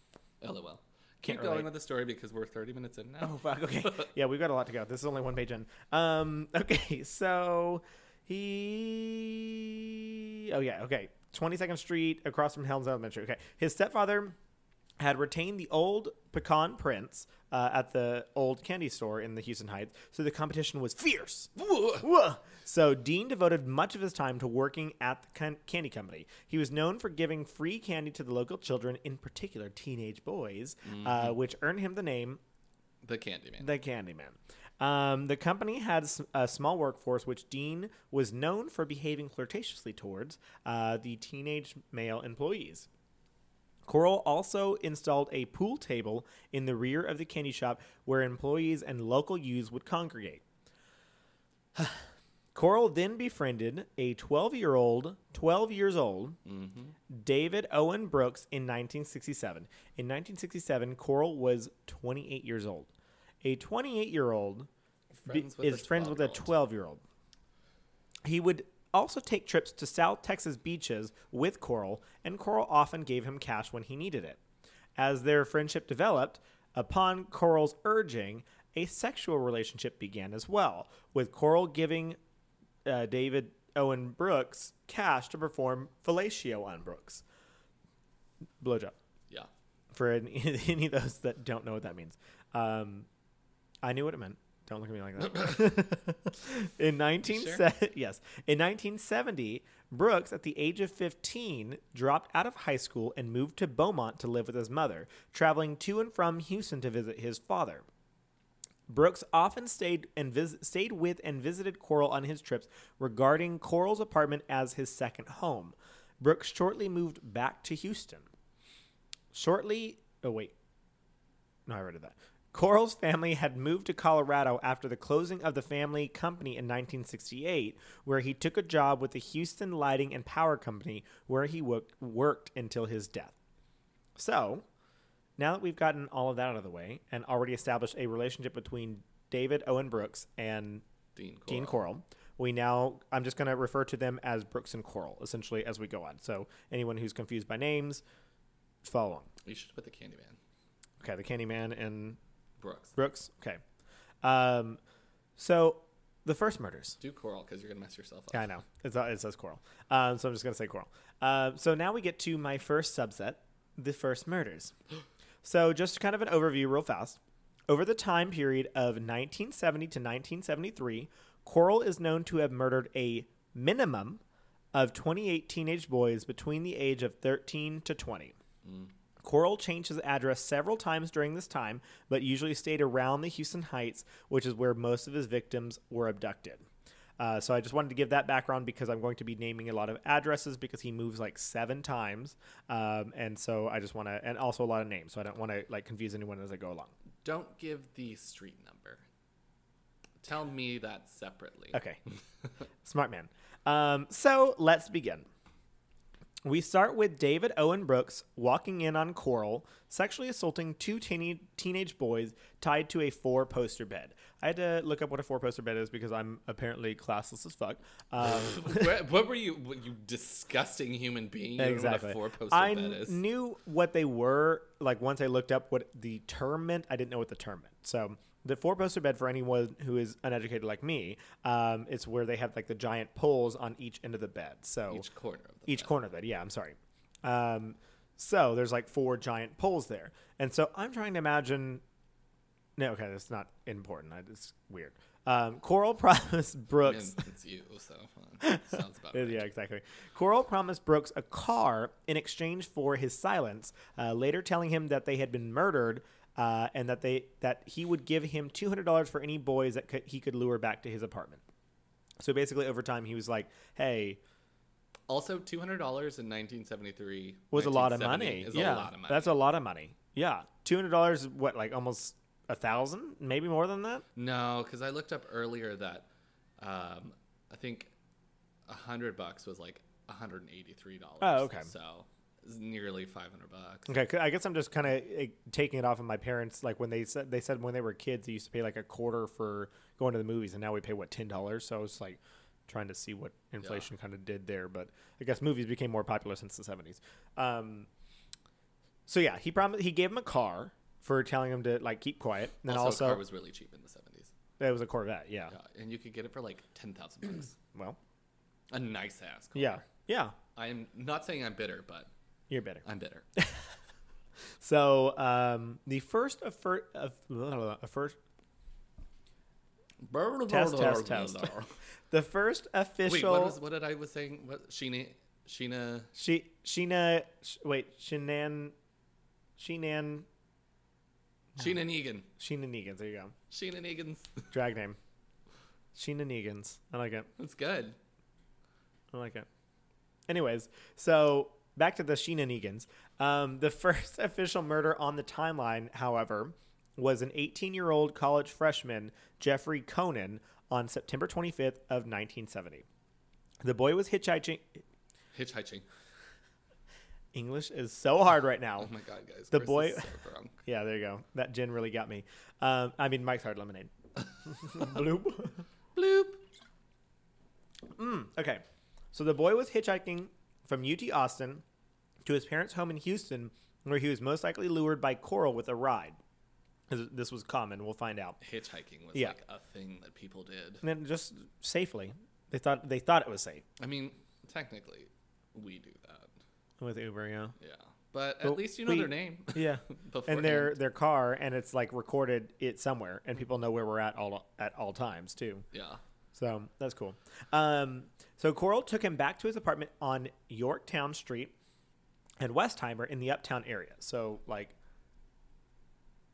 A: LOL.
B: Can't
A: Keep going
B: relate.
A: with the story because we're 30 minutes in
B: Oh,
A: now.
B: fuck. Okay. Yeah, we've got a lot to go. This is only one page in. Um, okay, so he. Oh, yeah, okay. 22nd Street across from Helms Elementary. Okay. His stepfather had retained the old pecan prints uh, at the old candy store in the Houston Heights, so the competition was fierce. Whoa. So Dean devoted much of his time to working at the can- candy company. He was known for giving free candy to the local children, in particular teenage boys, uh, which earned him the name
A: the Candyman.
B: the Candyman. Um, the company had s- a small workforce, which Dean was known for behaving flirtatiously towards uh, the teenage male employees. Coral also installed a pool table in the rear of the candy shop where employees and local youths would congregate. Coral then befriended a 12 year old, 12 years old,
A: Mm-hmm.
B: David Owen Brooks in 1967. In 1967, Coral was 28 years old. A 28 year old
A: Friends with
B: is
A: a
B: friends with a
A: 12-year-old.
B: 12 year old. He would also take trips to South Texas beaches with Coral, and Coral often gave him cash when he needed it. As their friendship developed, upon Coral's urging, a sexual relationship began as well, with Coral giving uh, David Owen Brooks cash to perform fellatio on Brooks. Blowjob
A: Yeah.
B: for any, any of those that don't know what that means. Um, I knew what it meant. Don't look at me like that. in 19
A: sure?
B: se- yes, in 1970, Brooks, at the age of 15, dropped out of high school and moved to Beaumont to live with his mother, traveling to and from Houston to visit his father. Brooks often stayed and vis- stayed with and visited Coral on his trips, regarding Coral's apartment as his second home. Brooks shortly moved back to Houston. Shortly, oh wait, no, I read it that. Coral's family had moved to Colorado after the closing of the family company in 1968, where he took a job with the Houston Lighting and Power Company, where he worked, worked until his death. So, now that we've gotten all of that out of the way and already established a relationship between David Owen Brooks and
A: Dean Coral.
B: Dean Coral, we now, I'm just going to refer to them as Brooks and Coral, essentially, as we go on. So, anyone who's confused by names, follow along.
A: You should put the Candyman.
B: Okay, the Candyman and
A: Brooks.
B: Brooks. Okay. Um, so the first murders.
A: Do Coral because you're gonna mess yourself up.
B: Yeah, I know. It's, uh, it says Coral. Um, so I'm just going to say Coral. Um, so now we get to my first subset, the first murders. so just kind of an overview, real fast. Over the time period of 1970 to 1973, Coral is known to have murdered a minimum of 28 teenage boys between the age of 13 to 20. Coral changed his address several times during this time, but usually stayed around the Houston Heights, which is where most of his victims were abducted. Uh, so I just wanted to give that background because I'm going to be naming a lot of addresses because he moves like seven times, um, and so I just want to, and also a lot of names, so I don't want to like confuse anyone as I go along.
A: Don't give the street number. Tell me that separately.
B: Okay, smart man. Um, so let's begin. We start with David Owen Brooks walking in on Coral, sexually assaulting two teeny, teenage boys tied to a four poster bed. I had to look up what a four poster bed is because I'm apparently classless as fuck. Um,
A: Where- what were you? what, you disgusting human being. You don't know
B: exactly.
A: What a four poster
B: I
A: bed is.
B: knew what they were. Like once I looked up what the term meant, I didn't know what the term meant. So the four poster bed for anyone who is uneducated like me, um, it's where they have like the giant poles on each end of the bed. So
A: each corner of the
B: each corner of it. Yeah, I'm sorry. Um, so there's like four giant poles there, and so I'm trying to imagine. No, okay, that's not important. I, it's weird. Um, Coral promised
A: I
B: Brooks.
A: mean, it's you, so uh, sounds about right.
B: Yeah, exactly. Coral promised Brooks a car in exchange for his silence. Uh, later, telling him that they had been murdered uh, and that they that he would give him two hundred dollars for any boys that could, he could lure back to his apartment. So basically, over time, he was like, "Hey,
A: Also, two hundred dollars in nineteen seventy three
B: was a lot of money.
A: Is a
B: yeah,
A: lot of money.
B: that's a lot of money. Yeah, two hundred dollars is what like almost a thousand, maybe more than that.
A: no, because I looked up earlier that um, I think hundred bucks was like one hundred and eighty three dollars.
B: Oh, okay.
A: So it's nearly five hundred bucks.
B: Okay, 'cause I guess I'm just kind of taking it off of my parents. Like when they said they said when they were kids, they used to pay like a quarter for going to the movies, and now we pay what ten dollars. So it's like trying to see what inflation kind of did there. But I guess movies became more popular since the seventies. Um, so yeah, he promised he gave him a car for telling him to like keep quiet. And then
A: Also,
B: also,
A: a car was really cheap in the seventies,
B: it was a Corvette. Yeah.
A: and you could get it for like ten thousand bucks.
B: Well,
A: A nice ass. Car.
B: yeah, yeah,
A: I am not saying I'm bitter, but
B: you're better.
A: I'm bitter.
B: So um, the first of first of, of first test test test the first
A: Wait,
B: official
A: what, was, what did I was saying? What Sheena Sheena
B: she Sheena sh- wait Shenan Shenan
A: Sheena Negan
B: Sheena Negans there you go
A: Sheena Negan's.
B: drag name Sheena Negans I like it
A: That's good.
B: I like it anyways so back to the Sheena Negans um, the first official murder on the timeline however was an 18 year old college freshman Jeffrey Conan on September 25th of 1970 the boy was hitchhiking
A: Hitchhiking.
B: English is so hard right now
A: Oh my god, guys.
B: The
A: Chris
B: boy-
A: is so drunk.
B: Yeah, there you go. That gin really got me. Um, I mean, Mike's Hard Lemonade. Bloop.
A: Bloop.
B: Okay. So the boy was hitchhiking from UT Austin to his parents' home in Houston, where he was most likely lured by Coral with a ride. 'Cause This was common. We'll find out.
A: Hitchhiking was
B: Yeah.
A: like a thing that people did.
B: And then just safely, they thought they thought it was safe
A: I mean, technically, we do that.
B: with Uber. Yeah.
A: Yeah, but at
B: Well,
A: least you know
B: we-
A: their name.
B: Yeah. and
A: Beforehand.
B: their their car, and it's like recorded it somewhere, and people know where we're at all at all times too.
A: yeah.
B: So that's cool. Um, so Coral took him back to his apartment on Yorktown Street and Westheimer in the uptown area. So like,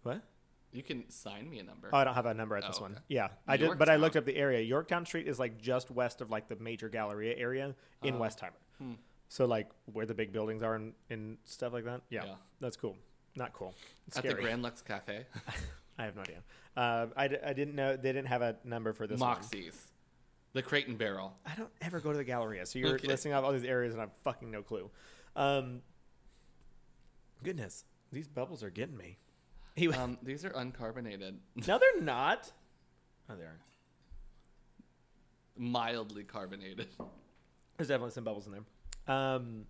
B: what?
A: You can sign me a number.
B: Oh, I don't have a number at this
A: Oh,
B: one.
A: okay.
B: Yeah, I did, but I
A: Yorktown.
B: looked up the area. Yorktown Street is like just west of like the major Galleria area in
A: Uh-huh.
B: Westheimer.
A: Hmm.
B: So like where the big buildings are and, and stuff like that. Yeah,
A: Yeah.
B: that's cool. Not cool. It's
A: at
B: scary.
A: the Grand Lux Cafe.
B: I have no idea. Uh, I, d- I didn't know they didn't have a number for this. one.
A: Moxie's. The Crate and Barrel.
B: I don't ever go to the Galleria, so you're
A: Okay.
B: listing off all these areas, and I've fucking no clue. Um, goodness, these bubbles are getting me. He,
A: Um, these are uncarbonated,
B: no, they're not. Oh, they are.
A: mildly carbonated.
B: There's definitely some bubbles in there. Um,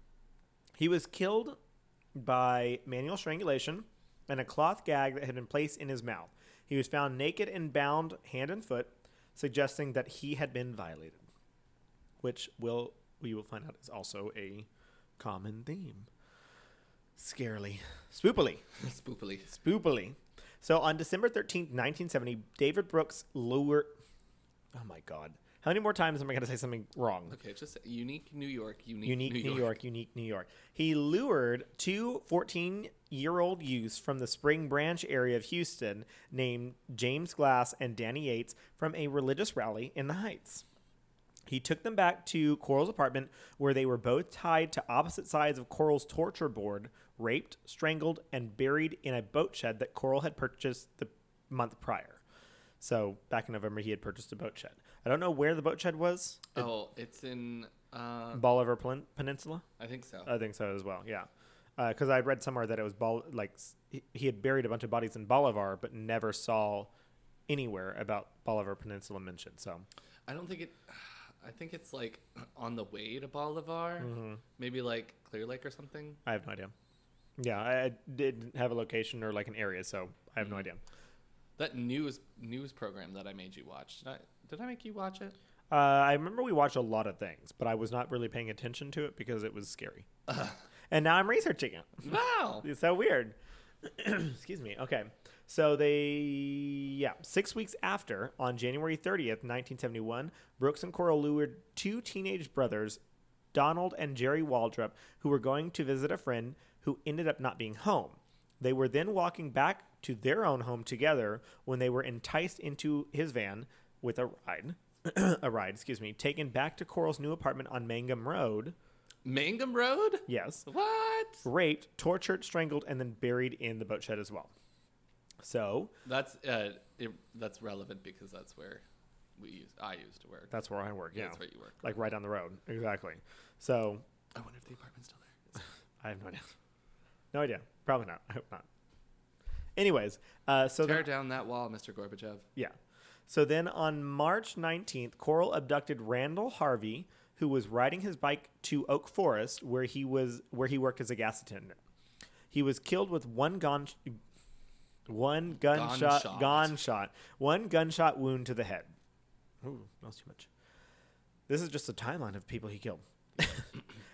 B: he was killed by manual strangulation, and a cloth gag that had been placed in his mouth. He was found naked and bound hand and foot, suggesting that he had been violated, which will we will find out is also a common theme. Scarily, spoopily.
A: Spoopily.
B: Spoopily. So on December 13th, 1970, David Brooks lured. Oh my God. How many more times am I going to say something wrong?
A: Okay, just unique New York, unique,
B: Unique New, York. unique New York. He lured two 14 year old youths from the Spring Branch area of Houston named James Glass and Danny Yates from a religious rally in the Heights. He took them back to Coral's apartment where they were both tied to opposite sides of Coral's torture board, raped, strangled, and buried in a boat shed that Coral had purchased the month prior. So back in November, he had purchased a boat shed. I don't know where the boat shed was.
A: Oh, it's in. Uh,
B: Bolivar Pen- Peninsula?
A: I think so.
B: I think so as well. Yeah, because I read somewhere that it was Bol- like s- he- he had buried a bunch of bodies in Bolivar, but never saw anywhere about Bolivar Peninsula mentioned. So
A: I don't think it. I think it's like on the way to Bolivar,
B: Mm-hmm.
A: maybe like Clear Lake or something.
B: I have no idea. Yeah, I, I didn't have a location or like an area, so I have no idea.
A: That news news program that I made you watch. Did I, did I make you watch it?
B: Uh, I remember we watched a lot of things, but I was not really paying attention to it because it was scary. And now I'm researching it.
A: Wow.
B: It's so weird. Excuse me. Okay. So they, yeah, six weeks after, on January 30th, 1971, Brooks and Coral lured two teenage brothers, Donald and Jerry Waldrop, who were going to visit a friend who ended up not being home. They were then walking back to their own home together when they were enticed into his van with a ride, a ride, excuse me, taken back to Coral's new apartment on Mangum Road.
A: Mangum Road.
B: Yes
A: What?
B: raped, tortured, strangled, and then buried in the boat shed as well. So
A: That's uh, it, that's relevant because that's where we use. I used to work.
B: that's where I work. Yeah,
A: That's where you work.
B: like right down the road. Exactly. So
A: I wonder if the apartment's still there.
B: I have no idea. No idea. Probably not. I hope not. Anyways, uh, so
A: Tear
B: then,
A: down that wall, Mr. Gorbachev.
B: yeah, so then on March nineteenth, Coral abducted Randall Harvey, who was riding his bike to Oak Forest, where he was where he worked as a gas attendant. He was killed with one gun, one gunshot,
A: Gunshot.
B: gunshot, one gunshot wound to the head. Ooh, smells too much. This is just a timeline of people he killed.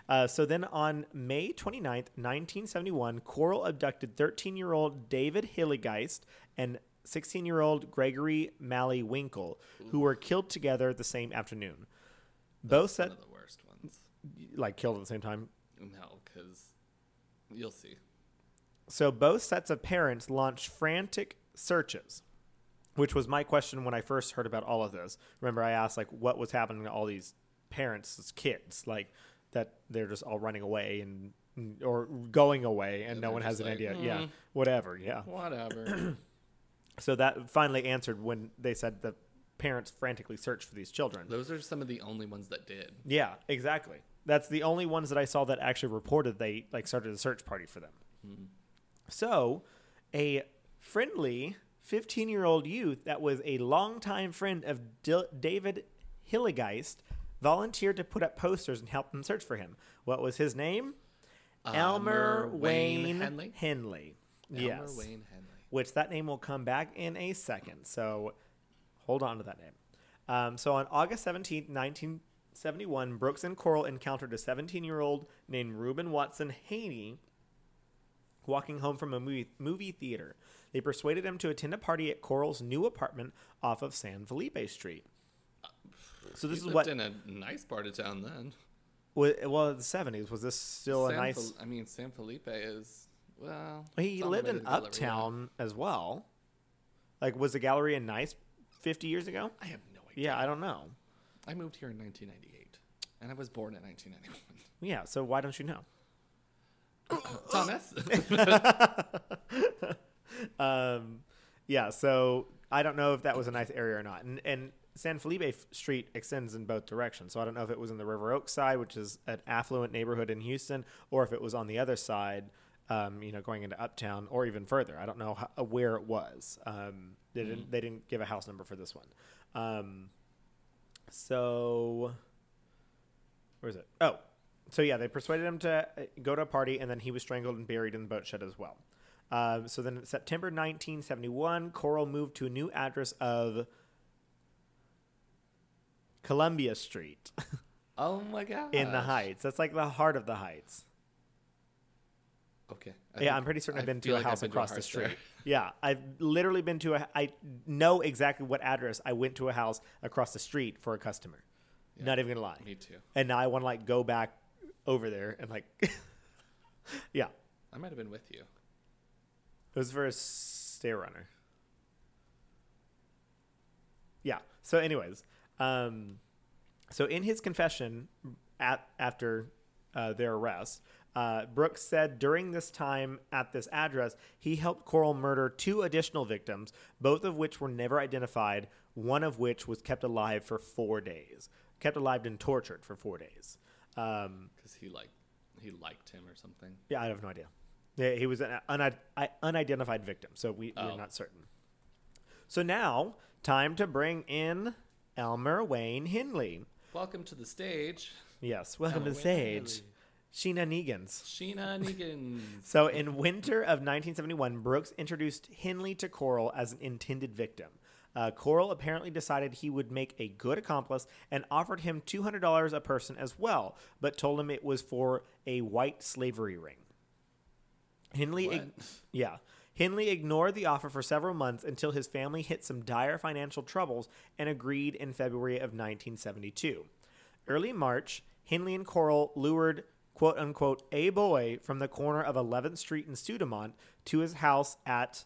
B: uh, so then on May 29th, 1971, Coral abducted 13 year old David Hilligeist and 16 year old Gregory Malley Winkle, who were killed together the same afternoon. Both
A: One
B: said,
A: of the worst ones.
B: like, killed at the same time.
A: No, because you'll see.
B: So both sets of parents launched frantic searches, which was my question when I first heard about all of this. Remember, I asked like what was happening to all these parents' kids, like that they're just all running away and or going away, and, no
A: they're
B: one has an
A: just
B: idea.
A: like, "Mm-hmm."
B: Yeah, whatever. Yeah.
A: Whatever.
B: So that finally answered when they said the parents frantically searched for these children.
A: Those are some of the only ones that did.
B: Yeah, exactly. That's the only ones that I saw that actually reported they like started a search party for them.
A: Mm-hmm.
B: So, a friendly 15-year-old youth that was a longtime friend of Dil- David Hillegeist volunteered to put up posters and help them search for him. What was his name? Elmer Wayne, Henley.
A: Henley.
B: yes
A: Elmer Wayne Henley.
B: which that name will come back in a second. So hold on to that name. Um, so on August 17, 1971, Brooks and Coral encountered a 17 year old named Reuben Watson Haney walking home from a movie, movie theater. They persuaded him to attend a party at Coral's new apartment off of San Felipe Street. So this
A: He
B: is
A: lived
B: what
A: in a nice part of town then.
B: wa- well the 70s was this still
A: San
B: Oh, a nice
A: Fel- I mean, San Felipe is well.
B: He
A: it's on the
B: lived
A: way to
B: in
A: the Galleria.
B: uptown as well. Like was the gallery in nice 50 years ago?
A: I have no idea.
B: Yeah, I don't know.
A: I moved here in 1998, and I was born in 1991.
B: Yeah, so why don't you know?
A: Thomas.
B: Um, yeah, so I don't know if that was a nice area or not. And, and San Felipe F- Street extends in both directions, so I don't know if it was in the River Oaks side, which is an affluent neighborhood in Houston, or if it was on the other side, um, you know, going into Uptown or even further. I don't know how, where it was. Um, they didn't they didn't give a house number for this one. Um, so where is it? Oh, so yeah, they persuaded him to uh, go to a party, and then he was strangled and buried in the boat shed as well. Um, so then, in September 1971, Coral moved to a new address of Columbia Street
A: Oh my god.
B: in the Heights. That's like the heart of the Heights.
A: Okay. I
B: yeah,
A: think-
B: I'm pretty certain I've
A: I
B: been to
A: feel
B: a
A: like I've
B: house
A: been to a
B: across the
A: house
B: street.
A: there.
B: Yeah, I've literally been to a. I know exactly what address I went to a house across the street for a customer. Not even gonna lie.
A: Me too.
B: And now I want to like go back over there and like, yeah, it
A: I might have been with you.
B: was for a stair runner. Yeah. So, anyways, um, so in his confession at after uh, their arrest. Uh, Brooks said during this time at this address, he helped Coral murder two additional victims, both of which were never identified, one of which was kept alive for four days, kept alive and tortured for four days. Um,
A: Because he like he liked him or something.
B: Yeah, I have no idea. Yeah, he was an unid- i- unidentified victim, so we,
A: Oh.
B: we're not certain. So now, time to bring in Elmer Wayne Henley.
A: Welcome to the stage,
B: Yes, welcome
A: Elmer
B: to the
A: Wayne
B: stage, Sheena Negans.
A: Sheena Negans.
B: So in winter of 1971, Brooks introduced Henley to Coral as an intended victim. Uh, Coral apparently decided he would make a good accomplice and offered him $200 a person as well, but told him it was for a white slavery ring. Henley, ig-
A: What?
B: yeah, Henley ignored the offer for several months until his family hit some dire financial troubles and agreed in February of 1972. Early March, Henley and Coral lured "quote unquote" a boy from the corner of 11th Street in Studemont to his house at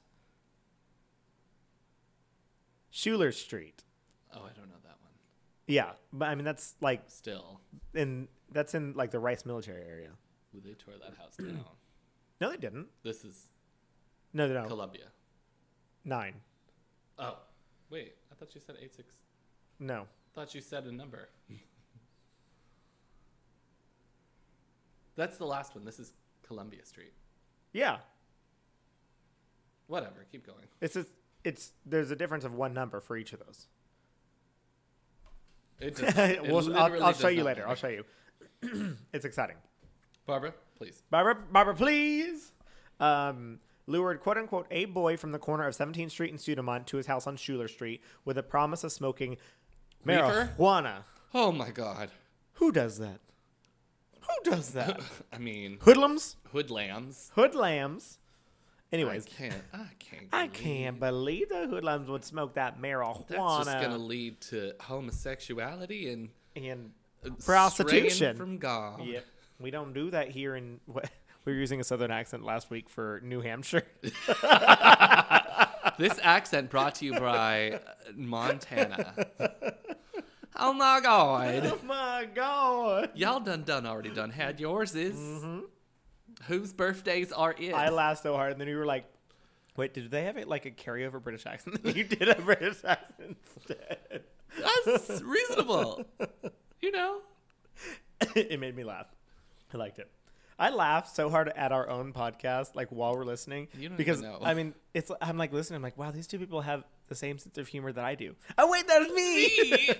B: Schuler Street.
A: oh, I don't know that one.
B: Yeah, but I mean that's like
A: Still,
B: in that's in like the Rice Military area.
A: Ooh, they tore that house down.
B: No, they didn't.
A: this is
B: No, no, no.
A: Columbia.
B: Nine.
A: Oh, wait. I thought you said eight six.
B: No.
A: Thought you said a number. That's the last one. This is Columbia Street.
B: Yeah,
A: Whatever. Keep going.
B: It's just, it's there's a difference of one number for each of those.
A: It just, it
B: we'll,
A: literally
B: I'll, I'll
A: does
B: show you
A: not
B: later. I'll
A: matter.
B: show you. it's exciting.
A: Barbara, please.
B: Barbara, Barbara, please. Um, lured quote unquote a boy from the corner of 17th Street and Studemont to his house on Schuler Street with a promise of smoking
A: Reefer?
B: marijuana.
A: Oh my God.
B: Who does that? Who does that?
A: I mean,
B: Hoodlums,
A: hoodlums.
B: hoodlams.
A: I
B: Anyways,
A: can't. I can't.
B: I
A: believe-
B: can't believe the hoodlums would smoke that marijuana.
A: That's just gonna lead to homosexuality and
B: and
A: uh,
B: Prostitution.
A: straying from God.
B: Yep. We don't do that here in what we were using a southern accent last week for New Hampshire.
A: This accent brought to you by uh, Montana. oh my God.
B: oh my god.
A: Y'all done done already done had yours is. Whose birthdays are it?
B: Mm-hmm. I laughed so hard and then we were like, wait, did they have it like a carryover British accent? you did a British accent instead.
A: That's reasonable. you know.
B: it made me laugh. I liked it. I laughed so hard at our own podcast, like while we're listening,
A: You don't
B: because
A: even know.
B: I mean, it's I'm like listening. I'm like, wow, these two people have the same sense of humor that I do. Oh wait, that's me.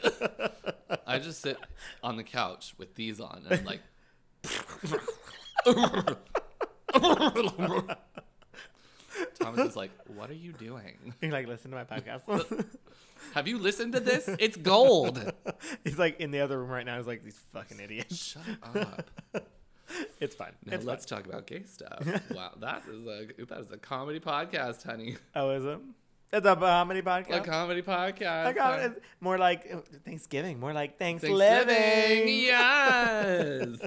A: I just sit on the couch with these on and I'm like Thomas is like, "What are you doing?
B: You're like, listen to my podcast.
A: Have you listened to this? It's gold."
B: he's like in the other room right now. He's like these fucking idiots.
A: Shut up.
B: It's fine.
A: Now
B: it's
A: let's talk about gay stuff. Wow, that is a that is a comedy podcast, honey.
B: fine. Oh, is it? It's a comedy
A: A
B: podcast.
A: comedy podcast.
B: I got it. More like uh, Thanksgiving. More like thanks,
A: Thanksgiving.
B: living.
A: Yes.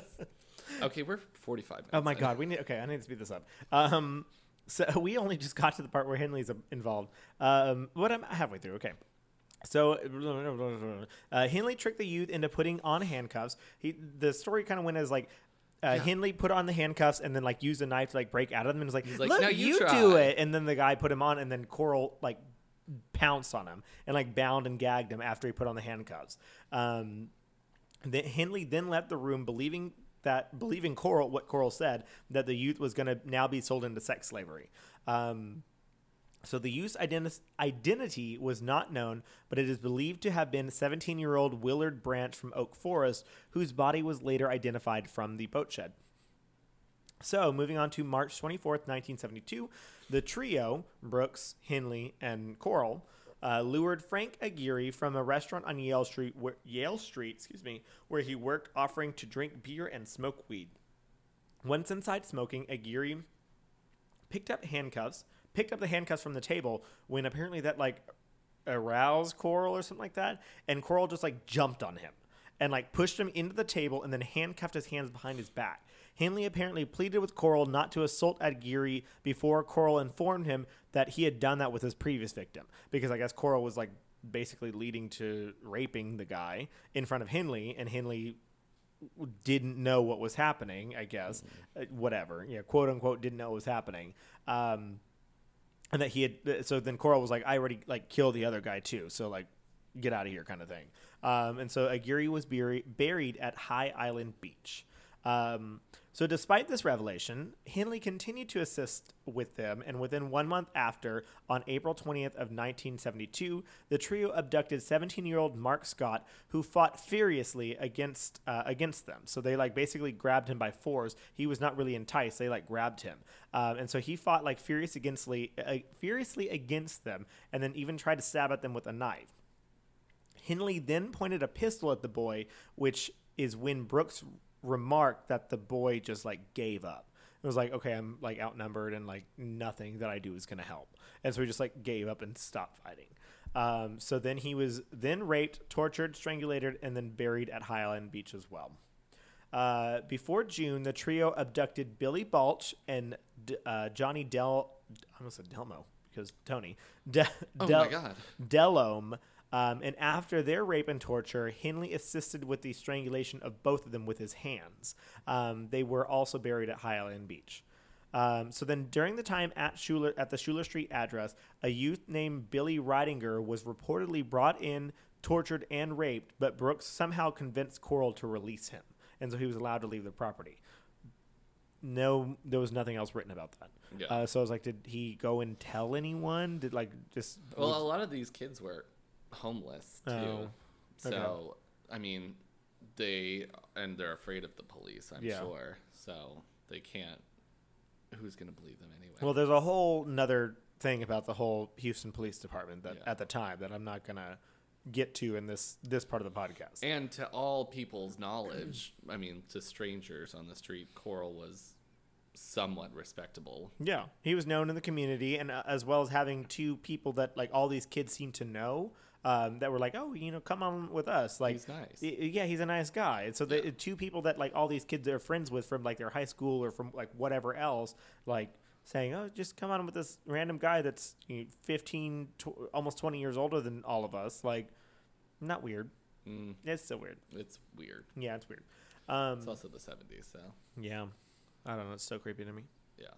A: okay, we're 45 minutes.
B: Oh my
A: in.
B: god, we need. Okay, I need to speed this up. Um, so we only just got to the part where Henley's um, involved. Um, what I'm halfway through. Okay. So uh, Henley tricked the youth into putting on handcuffs. He, the story kind of went as like. Uh, Henley put on the handcuffs and then like used a knife to like break out of them and was like,
A: like,
B: "Look,
A: "Now you
B: you, do
A: try."
B: it." And then the guy put him on and then Coral like pounced on him and like bound and gagged him after he put on the handcuffs. Um, then Henley then left the room, believing that believing Coral what Coral said that the youth was going to now be sold into sex slavery. Um, so the youth's identi- identity was not known, but it is believed to have been 17-year-old Willard Branch from Oak Forest, whose body was later identified from the boat shed. So, moving on to March 24th, 1972, the trio, Brooks, Henley, and Coral, uh, lured Frank Aguirre from a restaurant on Yale Street, where, Yale Street, excuse me, where he worked offering to drink beer and smoke weed. Once inside smoking, Aguirre picked up handcuffs, picked up the handcuffs from the table when apparently that like aroused Coral or something like that, and Coral just like jumped on him and like pushed him into the table and then handcuffed his hands behind his back. Hanley apparently pleaded with Coral not to assault Aguirre before Coral informed him that he had done that with his previous victim because I guess Coral was like basically leading to raping the guy in front of Henley and Henley didn't know what was happening, I guess, Uh, whatever, yeah, quote unquote, didn't know what was happening. Um, and that he had, uh, so then Coral was like, I already like killed the other guy too. So like, get out of here kind of thing. Um, and so Aguirre was buri- buried at High Island Beach. Um, so despite this revelation, Henley continued to assist with them, and within one month after, on April 20th of 1972, the trio abducted 17-year-old Mark Scott, who fought furiously against uh, against them. So they like basically grabbed him by force. He was not really enticed; they like grabbed him, um, and so he fought like furious against Lee, uh, furiously against them, and then even tried to stab at them with a knife. Henley then pointed a pistol at the boy, which is when Brooks remarked that the boy just like gave up. It was like, okay, I'm like outnumbered and like nothing that I do is going to help. And so he just like gave up and stopped fighting. Um, so then he was then raped, tortured, strangulated, and then buried at Highland Beach as well. Uh, before June, the trio abducted Billy Balch and D- uh, Johnny Del. I almost said Delmo because Tony. De-
A: Oh
B: Del-
A: my God.
B: Delome. Um, and after their rape and torture, Henley assisted with the strangulation of both of them with his hands. Um, they were also buried at Highland Beach. Um, so then, during the time at Schuler at the Schuler Street address, a youth named Billy Ridinger was reportedly brought in, tortured, and raped. But Brooks somehow convinced Coral to release him, and so he was allowed to leave the property. No, there was nothing else written about that.
A: Yeah.
B: Uh, so I was like, did he go and tell anyone? Did like just
A: Well, a lot of these kids were homeless too.
B: Oh,
A: So, I mean, they and they're afraid of the police, I'm
B: Yeah.
A: sure. So, they can't who's going to believe them anyway?
B: Well, there's a whole nother thing about the whole Houston Police Department that
A: Yeah.
B: at the time that I'm not gonna get to in this this part of the podcast.
A: and to all people's knowledge, I mean, to strangers on the street, Coral was somewhat respectable.
B: yeah, he was known in the community, and uh, as well as having two people that like all these kids seem to know um, that were like, oh, you know, come on with us. Like,
A: He's nice.
B: y- yeah, he's a nice guy. And so the two people that like all these kids are friends with from like their high school or from like whatever else, like saying, "Oh, just come on with this random guy that's you know, 15 tw- almost 20 years older than all of us." Like not weird.
A: Mm,
B: It's so weird.
A: it's weird.
B: Yeah, it's weird. Um
A: It's also the 70s, so
B: yeah. I don't know, it's so creepy to me.
A: yeah.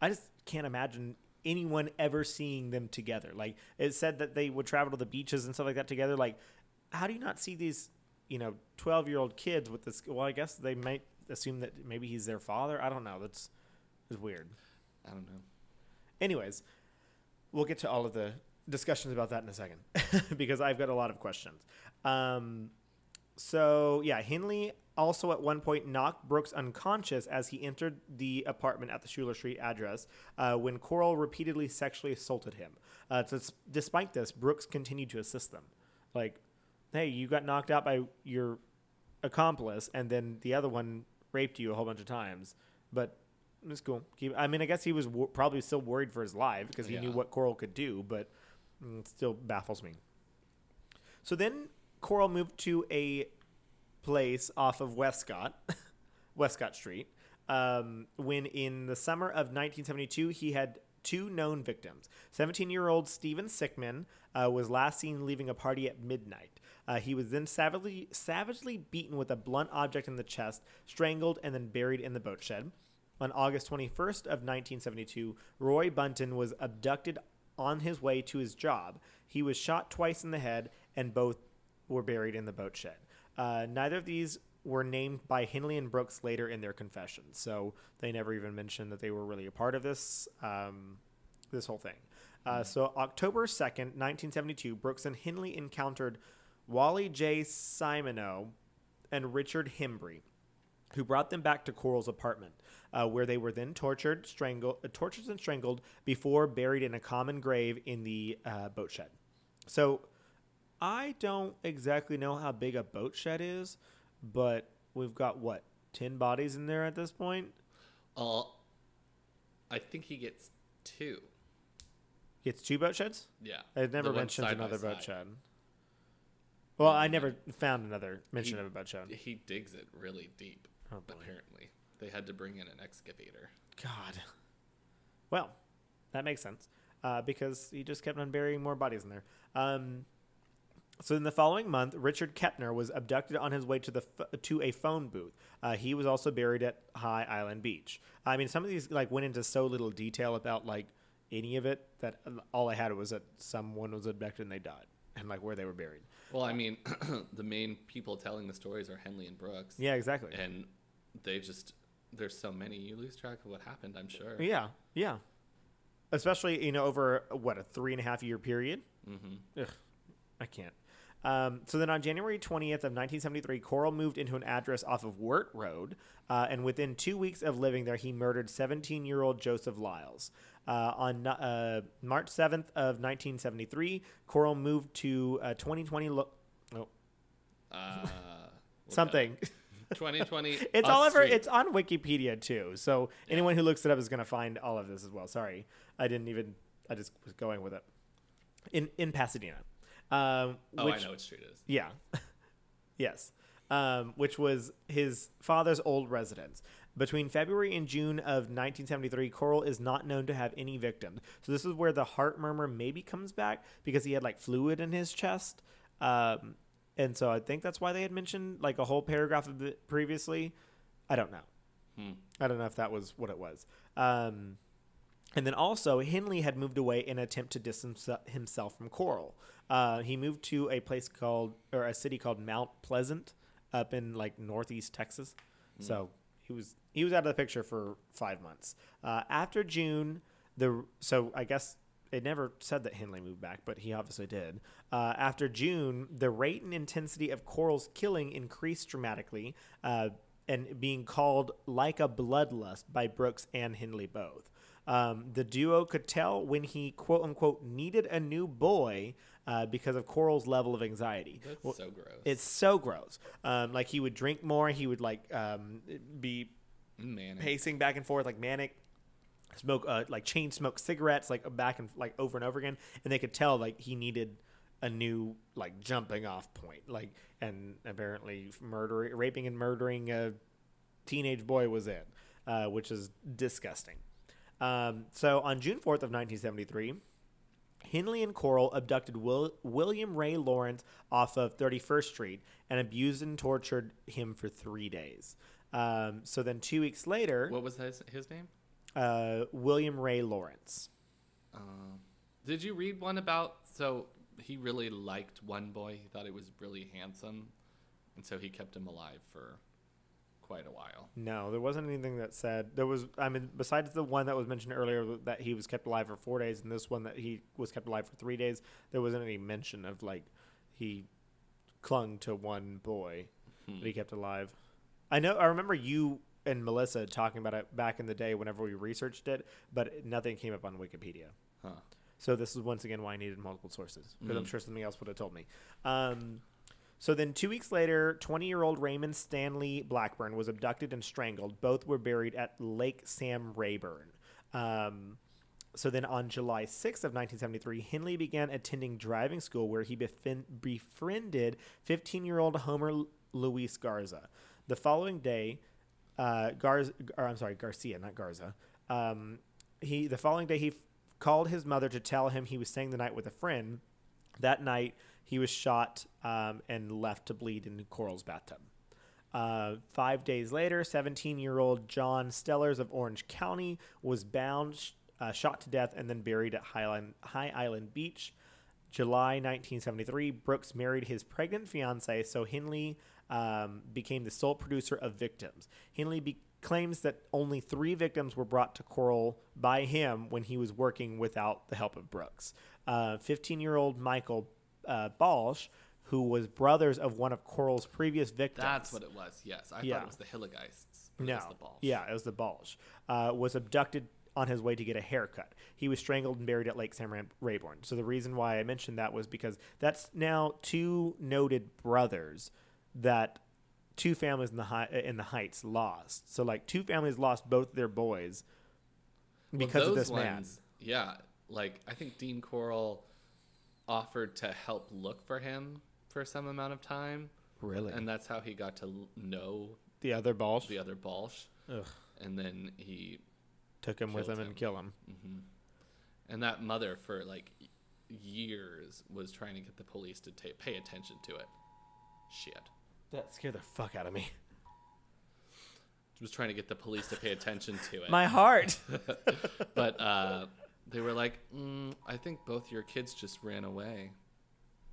B: I just can't imagine anyone ever seeing them together. Like it said that they would travel to the beaches and stuff like that together. Like, how do you not see these, you know, twelve year old kids with this? Well, I guess they might assume that maybe he's their father. I don't know. That's is weird.
A: I don't know.
B: Anyways, we'll get to all of the discussions about that in a second because I've got a lot of questions. Um, so yeah, Henley also at one point knocked Brooks unconscious as he entered the apartment at the Schuler Street address uh, when Coral repeatedly sexually assaulted him. Uh, dis- despite this, Brooks continued to assist them. Like, hey, you got knocked out by your accomplice, and then the other one raped you a whole bunch of times, but it's cool. Keep, I mean, I guess he was wo- probably still worried for his life because he knew
A: Yeah.
B: what Coral could do, but mm, it still baffles me. So then Coral moved to a place off of Westcott, Westcott Street. Um, when in the summer of 1972, he had two known victims. 17 year old Steven Sickman uh, was last seen leaving a party at midnight. Uh, he was then savagely, savagely beaten with a blunt object in the chest, strangled, and then buried in the boat shed. On August 21st of 1972, Roy Bunton was abducted on his way to his job. He was shot twice in the head, and both were buried in the boat shed. Uh, neither of these were named by Henley and Brooks later in their confessions, so they never even mentioned that they were really a part of this um, this whole thing. Uh, so October 2nd, 1972, Brooks and Henley encountered Wally J. Simonow and Richard Hembry who brought them back to Coral's apartment, uh, where they were then tortured, strangled, uh, tortured and strangled before buried in a common grave in the uh, boat shed. So, I don't exactly know how big a boat shed is, but we've got what ten bodies in there at this point.
A: Uh, I think he gets two.
B: It's two boat sheds.
A: Yeah.
B: It
A: The
B: never
A: one
B: mentions
A: side by
B: another boat
A: side.
B: shed. Well, I never found another mention
A: He-
B: of a boat shed.
A: He digs it really deep.
B: Oh, boy.
A: Apparently, they had to bring in an excavator.
B: God. Well, that makes sense uh, because he just kept on burying more bodies in there. Um, so in the following month, Richard Kepner was abducted on his way to the f- to a phone booth. Uh, he was also buried at High Island Beach. I mean, some of these like went into so little detail about like any of it that uh, all I had was that someone was abducted and they died, and like where they were buried.
A: Well, I mean, the main people telling the stories are Henley and Brooks.
B: Yeah, exactly.
A: And they just there's so many you lose track of what happened. I'm sure.
B: Yeah, yeah. Especially you know over what a three and a half year period. Mm-hmm. Ugh, I can't. Um, so then on January 20th of 1973, Coral moved into an address off of Wirt Road, uh, and within two weeks of living there, he murdered 17-year-old Joseph Lyles. Uh, on uh, March 7th of 1973, Coral moved to uh, 2020 lo- oh,
A: Uh, what
B: something.
A: the- 2020.
B: It's
A: Us
B: all over.
A: Street.
B: It's on Wikipedia too. So anyone who looks it up is going to find all of this as well. Sorry, I didn't even. I just was going with it. In in Pasadena, um,
A: Oh,
B: which
A: I know what street it is.
B: yeah, yes, um, which was his father's old residence. Between February and June of 1973, Coral is not known to have any victims. So this is where the heart murmur maybe comes back because he had like fluid in his chest. Um, and so I think that's why they had mentioned like a whole paragraph of it previously. I don't know. I don't know if that was what it was. Um, and then also, Henley had moved away in an attempt to distance himself from Coral. Uh, he moved to a place called, or a city called Mount Pleasant, up in like northeast Texas. So he was he was out of the picture for five months. Uh, after June, the so I guess it never said that Henley moved back, but he obviously did. Uh, after June, the rate and intensity of Coral's killing increased dramatically, uh, and being called like a bloodlust by Brooks and Henley both. Um, the duo could tell when he quote unquote needed a new boy uh, because of Coral's level of anxiety.
A: That's so gross.
B: It's so gross. Um, like he would drink more. He would like um, be
A: Man.
B: pacing back and forth like manic smoke uh, like chain smoke cigarettes like back and like over and over again and they could tell like he needed a new like jumping off point like and apparently murdering raping and murdering a teenage boy was in uh, which is disgusting um, so on june 4th of 1973 Henley and Coral abducted Will- William Ray Lawrence off of 31st Street and abused and tortured him for three days. Um, so then, two weeks later,
A: What was his his name?
B: uh, William Ray Lawrence.
A: Um, did you read one about so he really liked one boy? He thought he was really handsome, and so he kept him alive for quite a while.
B: No, there wasn't anything that said there was. I mean, besides the one that was mentioned earlier that he was kept alive for four days, and this one that he was kept alive for three days, there wasn't any mention of like he clung to one boy that he kept alive. I know. I remember you and Melissa talking about it back in the day whenever we researched it, but nothing came up on Wikipedia.
A: Huh.
B: So this is once again why I needed multiple sources because I'm sure something else would have told me. Um, so then, two weeks later, 20 year old Raymond Stanley Blackburn was abducted and strangled. Both were buried at Lake Sam Rayburn. Um, so then, on July 6th of 1973, Henley began attending driving school where he befri- befriended 15 year old Homer L- Luis Garza. The following day, uh, Garza, or I'm sorry, Garcia, not Garza. Um, he the following day he f- called his mother to tell him he was staying the night with a friend. That night he was shot um, and left to bleed in Coral's bathtub. Uh, five days later, 17-year-old John Stellers of Orange County was bound, sh- uh, shot to death, and then buried at Highland, High Island Beach. July 1973, Brooks married his pregnant fiancee, so Henley um, became the sole producer of victims. Henley be- claims that only three victims were brought to Coral by him when he was working without the help of Brooks. 15 year old Michael uh, Balsh who was brothers of one of Coral's previous victims.
A: That's what it was. Yes, I thought
B: Yeah.
A: it was the Hilligeists. but it
B: No.
A: was the Balsh.
B: Yeah, it was the Balsh. Uh, was abducted on his way to get a haircut. He was strangled and buried at Lake Sam Ran- Rayborn. So the reason why I mentioned that was because that's now two noted brothers that two families in the hi- uh, in the Heights lost. So like two families lost both their boys
A: Well,
B: because of
A: those
B: this man.
A: ones, Yeah, like I think Dean Coral offered to help look for him for some amount of time,
B: Really?
A: and that's how he got to l- know
B: the other Balsh
A: the other Balsh.
B: Ugh.
A: And then he,
B: took him with
A: killed
B: him,
A: him.
B: and killed him.
A: and that mother for like y- years was trying to get the police to ta pay attention to it. Shit.
B: That scared the fuck out of me.
A: Was trying to get the police to pay attention to it.
B: My heart.
A: but uh, they were like, mm, I think both your kids just ran away.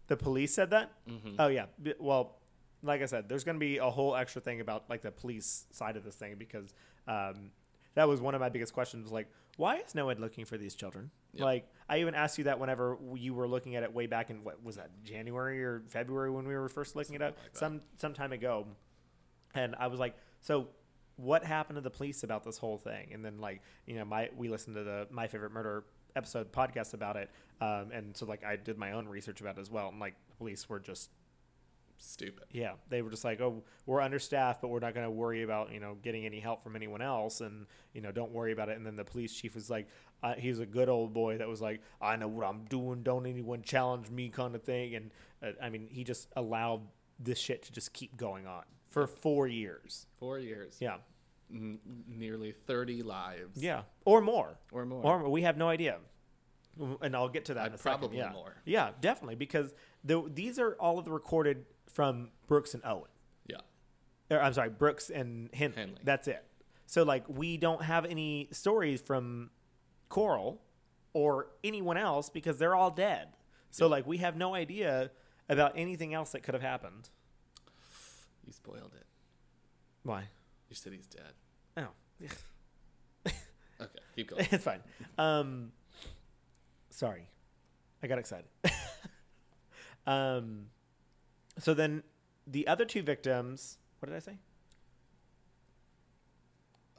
B: The police said that? Oh, yeah. B- Well, like I said, there's going to be a whole extra thing about like the police side of this thing because um, that was one of my biggest questions was like, why is no one looking for these children? Like, I even asked you that whenever you were looking at it way back in what was that January or February when we were first looking it up, some some time ago, and I was like, so what happened to the police about this whole thing? And then like you know, my we listened to the my favorite murder episode podcast about it, um, and so like I did my own research about it as well, and like the police were just
A: Stupid.
B: yeah, they were just like, oh, we're understaffed, but we're not going to worry about you know getting any help from anyone else, and you know don't worry about it. And then the police chief was like, uh, he's a good old boy that was like, I know what I'm doing, don't anyone challenge me, kind of thing. And uh, I mean, he just allowed this shit to just keep going on for four years.
A: Four years.
B: Yeah,
A: N- nearly 30 lives.
B: yeah, or more,
A: Or more.
B: or more. we have no idea. And I'll get to that.
A: Uh,
B: in a second,
A: probably
B: yeah.
A: more.
B: Yeah, definitely, because the, these are all of the recorded from Brooks and Owen.
A: yeah.
B: or I'm sorry, Brooks and Henley.
A: Henley.
B: That's it. So like we don't have any stories from Coral or anyone else because they're all dead. So like we have no idea about anything else that could have happened.
A: You spoiled it.
B: Why?
A: You said he's dead.
B: Oh,
A: Okay. Keep going.
B: it's fine. Um, sorry, I got excited. um, so then the other two victims. What did I say?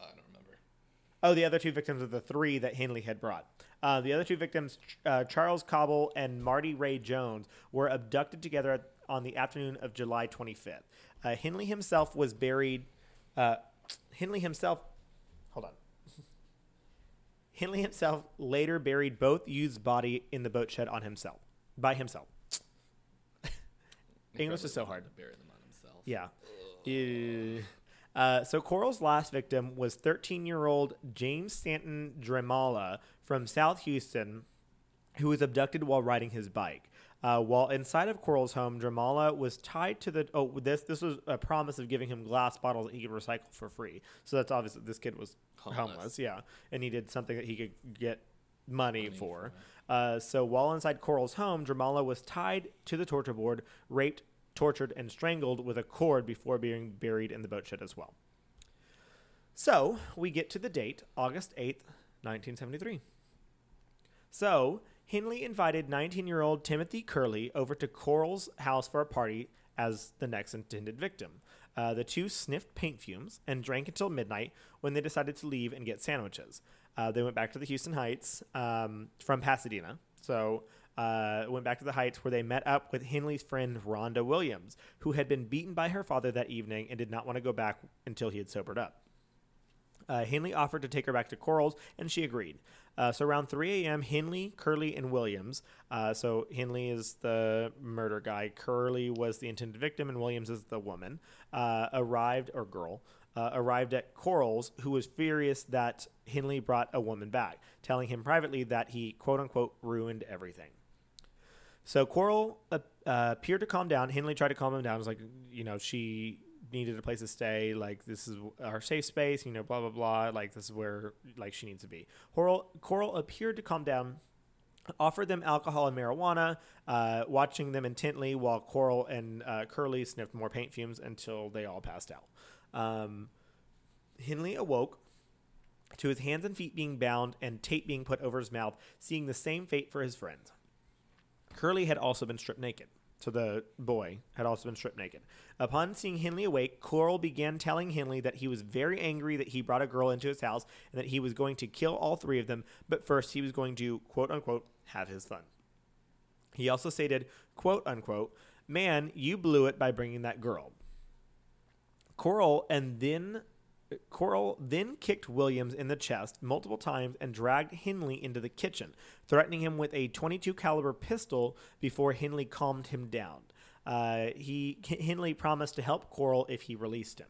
A: I don't remember.
B: Oh, the other two victims are the three that Henley had brought. Uh, the other two victims, Ch- uh, Charles Cobble and Marty Ray Jones, were abducted together at- on the afternoon of July 25th. Uh, Henley himself was buried. Uh, Henley himself. Hold on. Henley himself later buried both youths' body in the boat shed on himself, by himself.
A: He
B: English
A: probably
B: is so
A: wanted
B: hard.
A: To bury them on himself.
B: Yeah. Ew. Uh, so Coral's last victim was 13-year-old James Stanton Dremala from South Houston, who was abducted while riding his bike. Uh, while inside of Coral's home, Dramala was tied to the. Oh, this this was a promise of giving him glass bottles that he could recycle for free. So that's obvious that this kid was
A: Homeless.
B: homeless, yeah, and needed something that he could get money, for. Uh, so while inside Coral's home, Dramala was tied to the torture board, raped, tortured, and strangled with a cord before being buried in the boat shed as well. So we get to the date, August 8th, 1973. So Henley invited 19 year old Timothy Curley over to Coral's house for a party as the next intended victim. Uh, the two sniffed paint fumes and drank until midnight when they decided to leave and get sandwiches. Uh, they went back to the Houston Heights um, from Pasadena. So uh, went back to the Heights where they met up with Henley's friend Rhonda Williams, who had been beaten by her father that evening and did not want to go back until he had sobered up. Uh, Henley offered to take her back to Coral's, and she agreed. Uh, so around 3 a.m., Henley, Curley, and Williams. Uh, so Henley is the murder guy. Curley was the intended victim, and Williams is the woman. Uh, arrived or girl uh, arrived at Coral's, who was furious that Henley brought a woman back, telling him privately that he quote unquote ruined everything. So Coral uh, uh, appeared to calm down. Henley tried to calm him down. It was like, you know, she needed a place to stay. Like, this is our safe space, you know, blah, blah, blah. Like, this is where, like, she needs to be. Coral, Coral appeared to calm down, offered them alcohol and marijuana, uh, watching them intently while Coral and uh, Curly sniffed more paint fumes until they all passed out. Um, Henley awoke to his hands and feet being bound and tape being put over his mouth, seeing the same fate for his friends. Curly had also been stripped naked. so the boy, had also been stripped naked. Upon seeing Henley awake, Coral began telling Henley that he was very angry that he brought a girl into his house and that he was going to kill all three of them, but first he was going to, quote unquote, have his fun. He also stated, quote unquote, Man, you blew it by bringing that girl. Coral and then Coral then kicked Williams in the chest multiple times and dragged Henley into the kitchen, threatening him with a 22 caliber pistol before Henley calmed him down. Uh, he Henley promised to help Coral if he released him.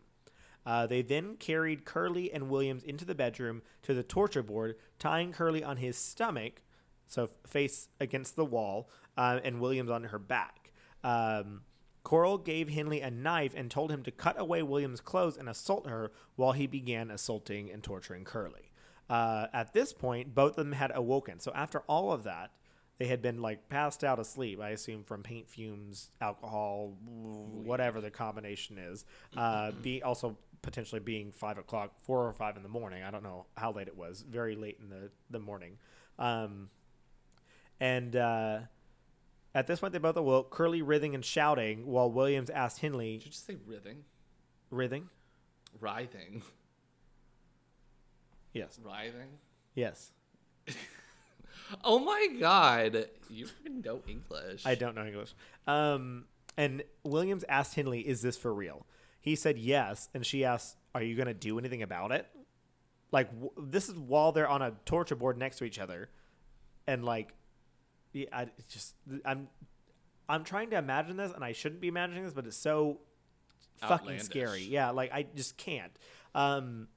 B: Uh, they then carried Curly and Williams into the bedroom to the torture board, tying Curly on his stomach, so face against the wall, uh, and Williams on her back. Um, Coral gave Henley a knife and told him to cut away Williams' clothes and assault her while he began assaulting and torturing Curly. Uh, at this point, both of them had awoken. So after all of that, they had been like passed out asleep, I assume, from paint fumes, alcohol, w- whatever the combination is. Uh, be also potentially being five o'clock, four or five in the morning. I don't know how late it was. Very late in the the morning. Um, and uh, at this point, they both awoke, Curly writhing and shouting, while Williams asked
A: Did
B: Henley,
A: you just say writhing?
B: writhing?
A: Writhing.
B: Yes.
A: Writhing?
B: Yes.
A: Oh my god. You freaking know English.
B: I don't know English. Um, and Williams asked Henley, is this for real? He said yes. And she asked, are you going to do anything about it? Like, w- this is while they're on a torture board next to each other. And, like, yeah, I it's just, I'm, I'm trying to imagine this, and I shouldn't be imagining this, but it's so fucking
A: Outlandish.
B: scary. Yeah, like, I just can't. Um,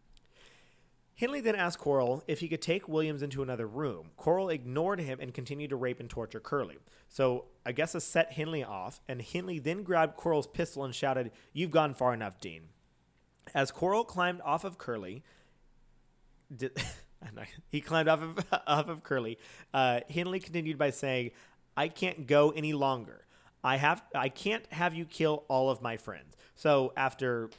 B: Henley then asked Coral if he could take Williams into another room. Coral ignored him and continued to rape and torture Curly. So I guess this set Henley off, and Henley then grabbed Coral's pistol and shouted, You've gone far enough, Dean. As Coral climbed off of Curly, did, I'm not- he climbed off of, off of Curly. Uh, Henley continued by saying, "I can't go any longer. I have I can't have you kill all of my friends." So after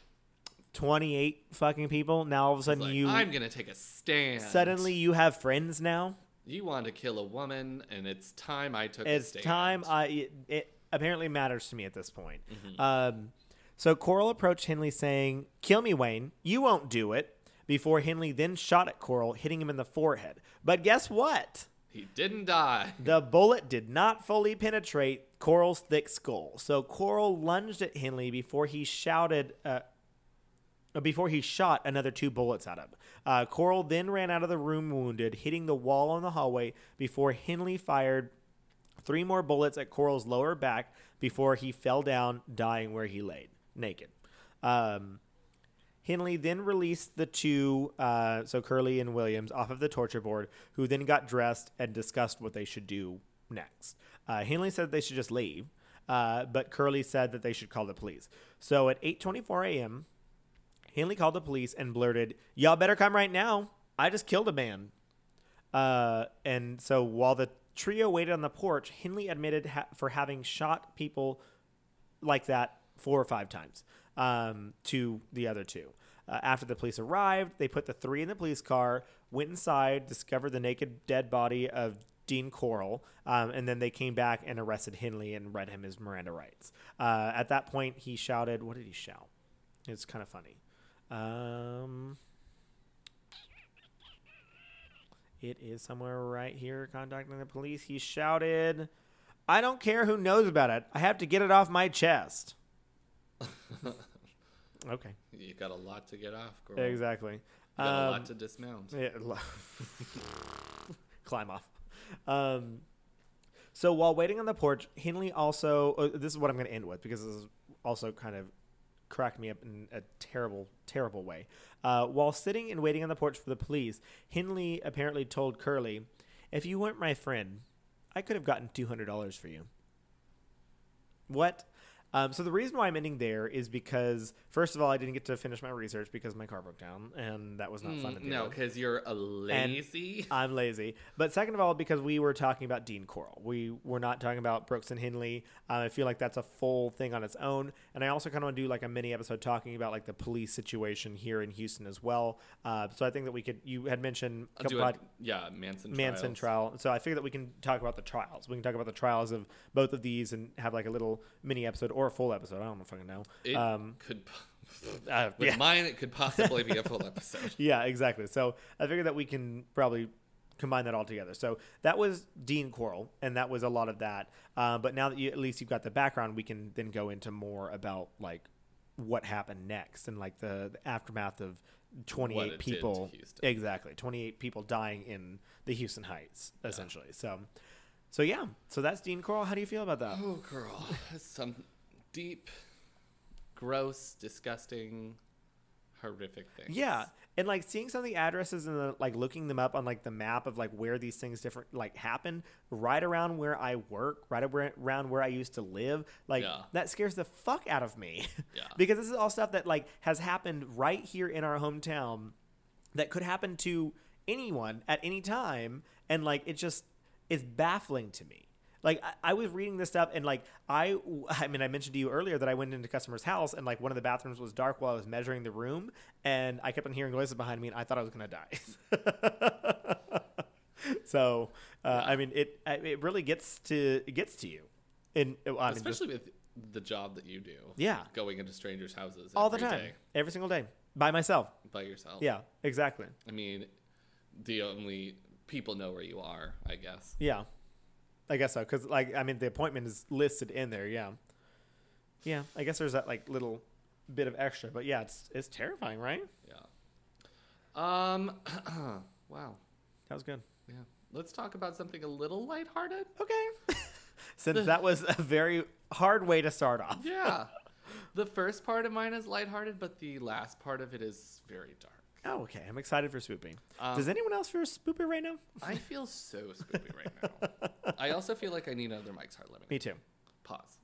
B: 28 fucking people, now all of a sudden
A: Like,
B: you
A: I'm gonna take a stand.
B: suddenly you have friends now.
A: you want to kill a woman, and it's time I took a
B: It's
A: stand.
B: time I it, it apparently matters to me at this point. Um, so Coral approached Henley saying, "Kill me, Wayne. You won't do it." Before Henley then shot at Coral, hitting him in the forehead. But guess what?
A: He didn't die.
B: The bullet did not fully penetrate Coral's thick skull, so Coral lunged at Henley before he shouted. Uh, before he shot another two bullets at him, uh, Coral then ran out of the room wounded, hitting the wall in the hallway. Before Henley fired three more bullets at Coral's lower back, before he fell down, dying where he laid naked. Um, Henley then released the two, uh, so Curly and Williams, off of the torture board, who then got dressed and discussed what they should do next. Uh, Henley said they should just leave, uh, but Curly said that they should call the police. So at 8:24 a.m., Henley called the police and blurted, "Y'all better come right now! I just killed a man." Uh, and so while the trio waited on the porch, Henley admitted ha- for having shot people like that four or five times um, to the other two. Uh, after the police arrived, they put the three in the police car, went inside, discovered the naked dead body of Dean Coral, um, and then they came back and arrested Henley and read him his Miranda rights. Uh, at that point, he shouted, What did he shout? It's kind of funny. Um, it is somewhere right here contacting the police. He shouted, I don't care who knows about it. I have to get it off my chest. okay.
A: You got a lot to get off, girl. You
B: Exactly.
A: got a
B: Um,
A: lot to dismount.
B: yeah, lo- climb off. Um, so while waiting on the porch, Henley also. Oh, this is what I'm going to end with because this is also kind of cracked me up in a terrible, terrible way. Uh, while sitting and waiting on the porch for the police, Henley apparently told Curly, "If you weren't my friend, I could have gotten two hundred dollars for you." What? Um, so the reason why I'm ending there is because first of all, I didn't get to finish my research because my car broke down, and that was not fun. To
A: Mm,
B: deal
A: no,
B: with.
A: because you're a lazy.
B: I'm lazy. But second of all, because we were talking about Dean Coral, we were not talking about Brooks and Henley. Uh, I feel like that's a full thing on its own. And I also kind of want to do like a mini episode talking about like the police situation here in Houston as well. Uh, so I think that we could. You had mentioned a
A: I'll do
B: couple
A: a,
B: pod-
A: yeah, Manson.
B: Manson
A: trials.
B: trial. So I figure that we can talk about the trials. We can talk about the trials of both of these and have like a little mini episode or a full episode. I don't fucking know.
A: It
B: um,
A: could. p-
B: uh,
A: With
B: yeah.
A: mine, it could possibly be a full episode.
B: yeah, exactly. So I figured that we can probably combine that all together. So that was Dean Coral, and that was a lot of that. Uh, but now that you at least you've got the background, we can then go into more about like what happened next and like the, the aftermath of 28
A: did to
B: people
A: Houston.
B: exactly 28 people dying in the Houston Heights essentially. So so yeah, so that's Dean Coral. How do you feel about that?
A: Oh, girl, that's some deep, gross, disgusting, horrific thing.
B: Yeah, and like seeing some of the addresses and the, like looking them up on like the map of like where these things different like happen right around where I work, right abra- around where I used to live. Like
A: Yeah.
B: that scares the fuck out of me.
A: Yeah.
B: because this is all stuff that like has happened right here in our hometown that could happen to anyone at any time and like it just it's baffling to me like I, I was reading this stuff and like i i mean i mentioned to you earlier that i went into customer's house and like one of the bathrooms was dark while i was measuring the room and i kept on hearing voices behind me and i thought i was going to die so uh, i mean it I- it really gets to it gets to you and I mean, just-
A: especially with the job that you do.
B: Yeah.
A: going into strangers' houses
B: all the
A: every
B: time
A: day
B: every single day by myself
A: by yourself.
B: yeah exactly
A: I mean, the only people know where you are, I guess.
B: Yeah, I guess so. Because like, I mean, the appointment is listed in there. Yeah, yeah. I guess there's that like little bit of extra, but yeah, it's it's terrifying, right?
A: Yeah. Um. wow.
B: That was good.
A: Yeah. Let's talk about something a little lighthearted.
B: Okay. Since that was a very hard way to start off.
A: Yeah. the first part of mine is lighthearted, but the last part of it is very dark.
B: Oh, okay. I'm excited for spooping.
A: Um,
B: Does anyone else feel spoopy right now?
A: I feel so spooky right now. I also feel like I need another Mike's Hard Lemonade.
B: Me too.
A: Pause.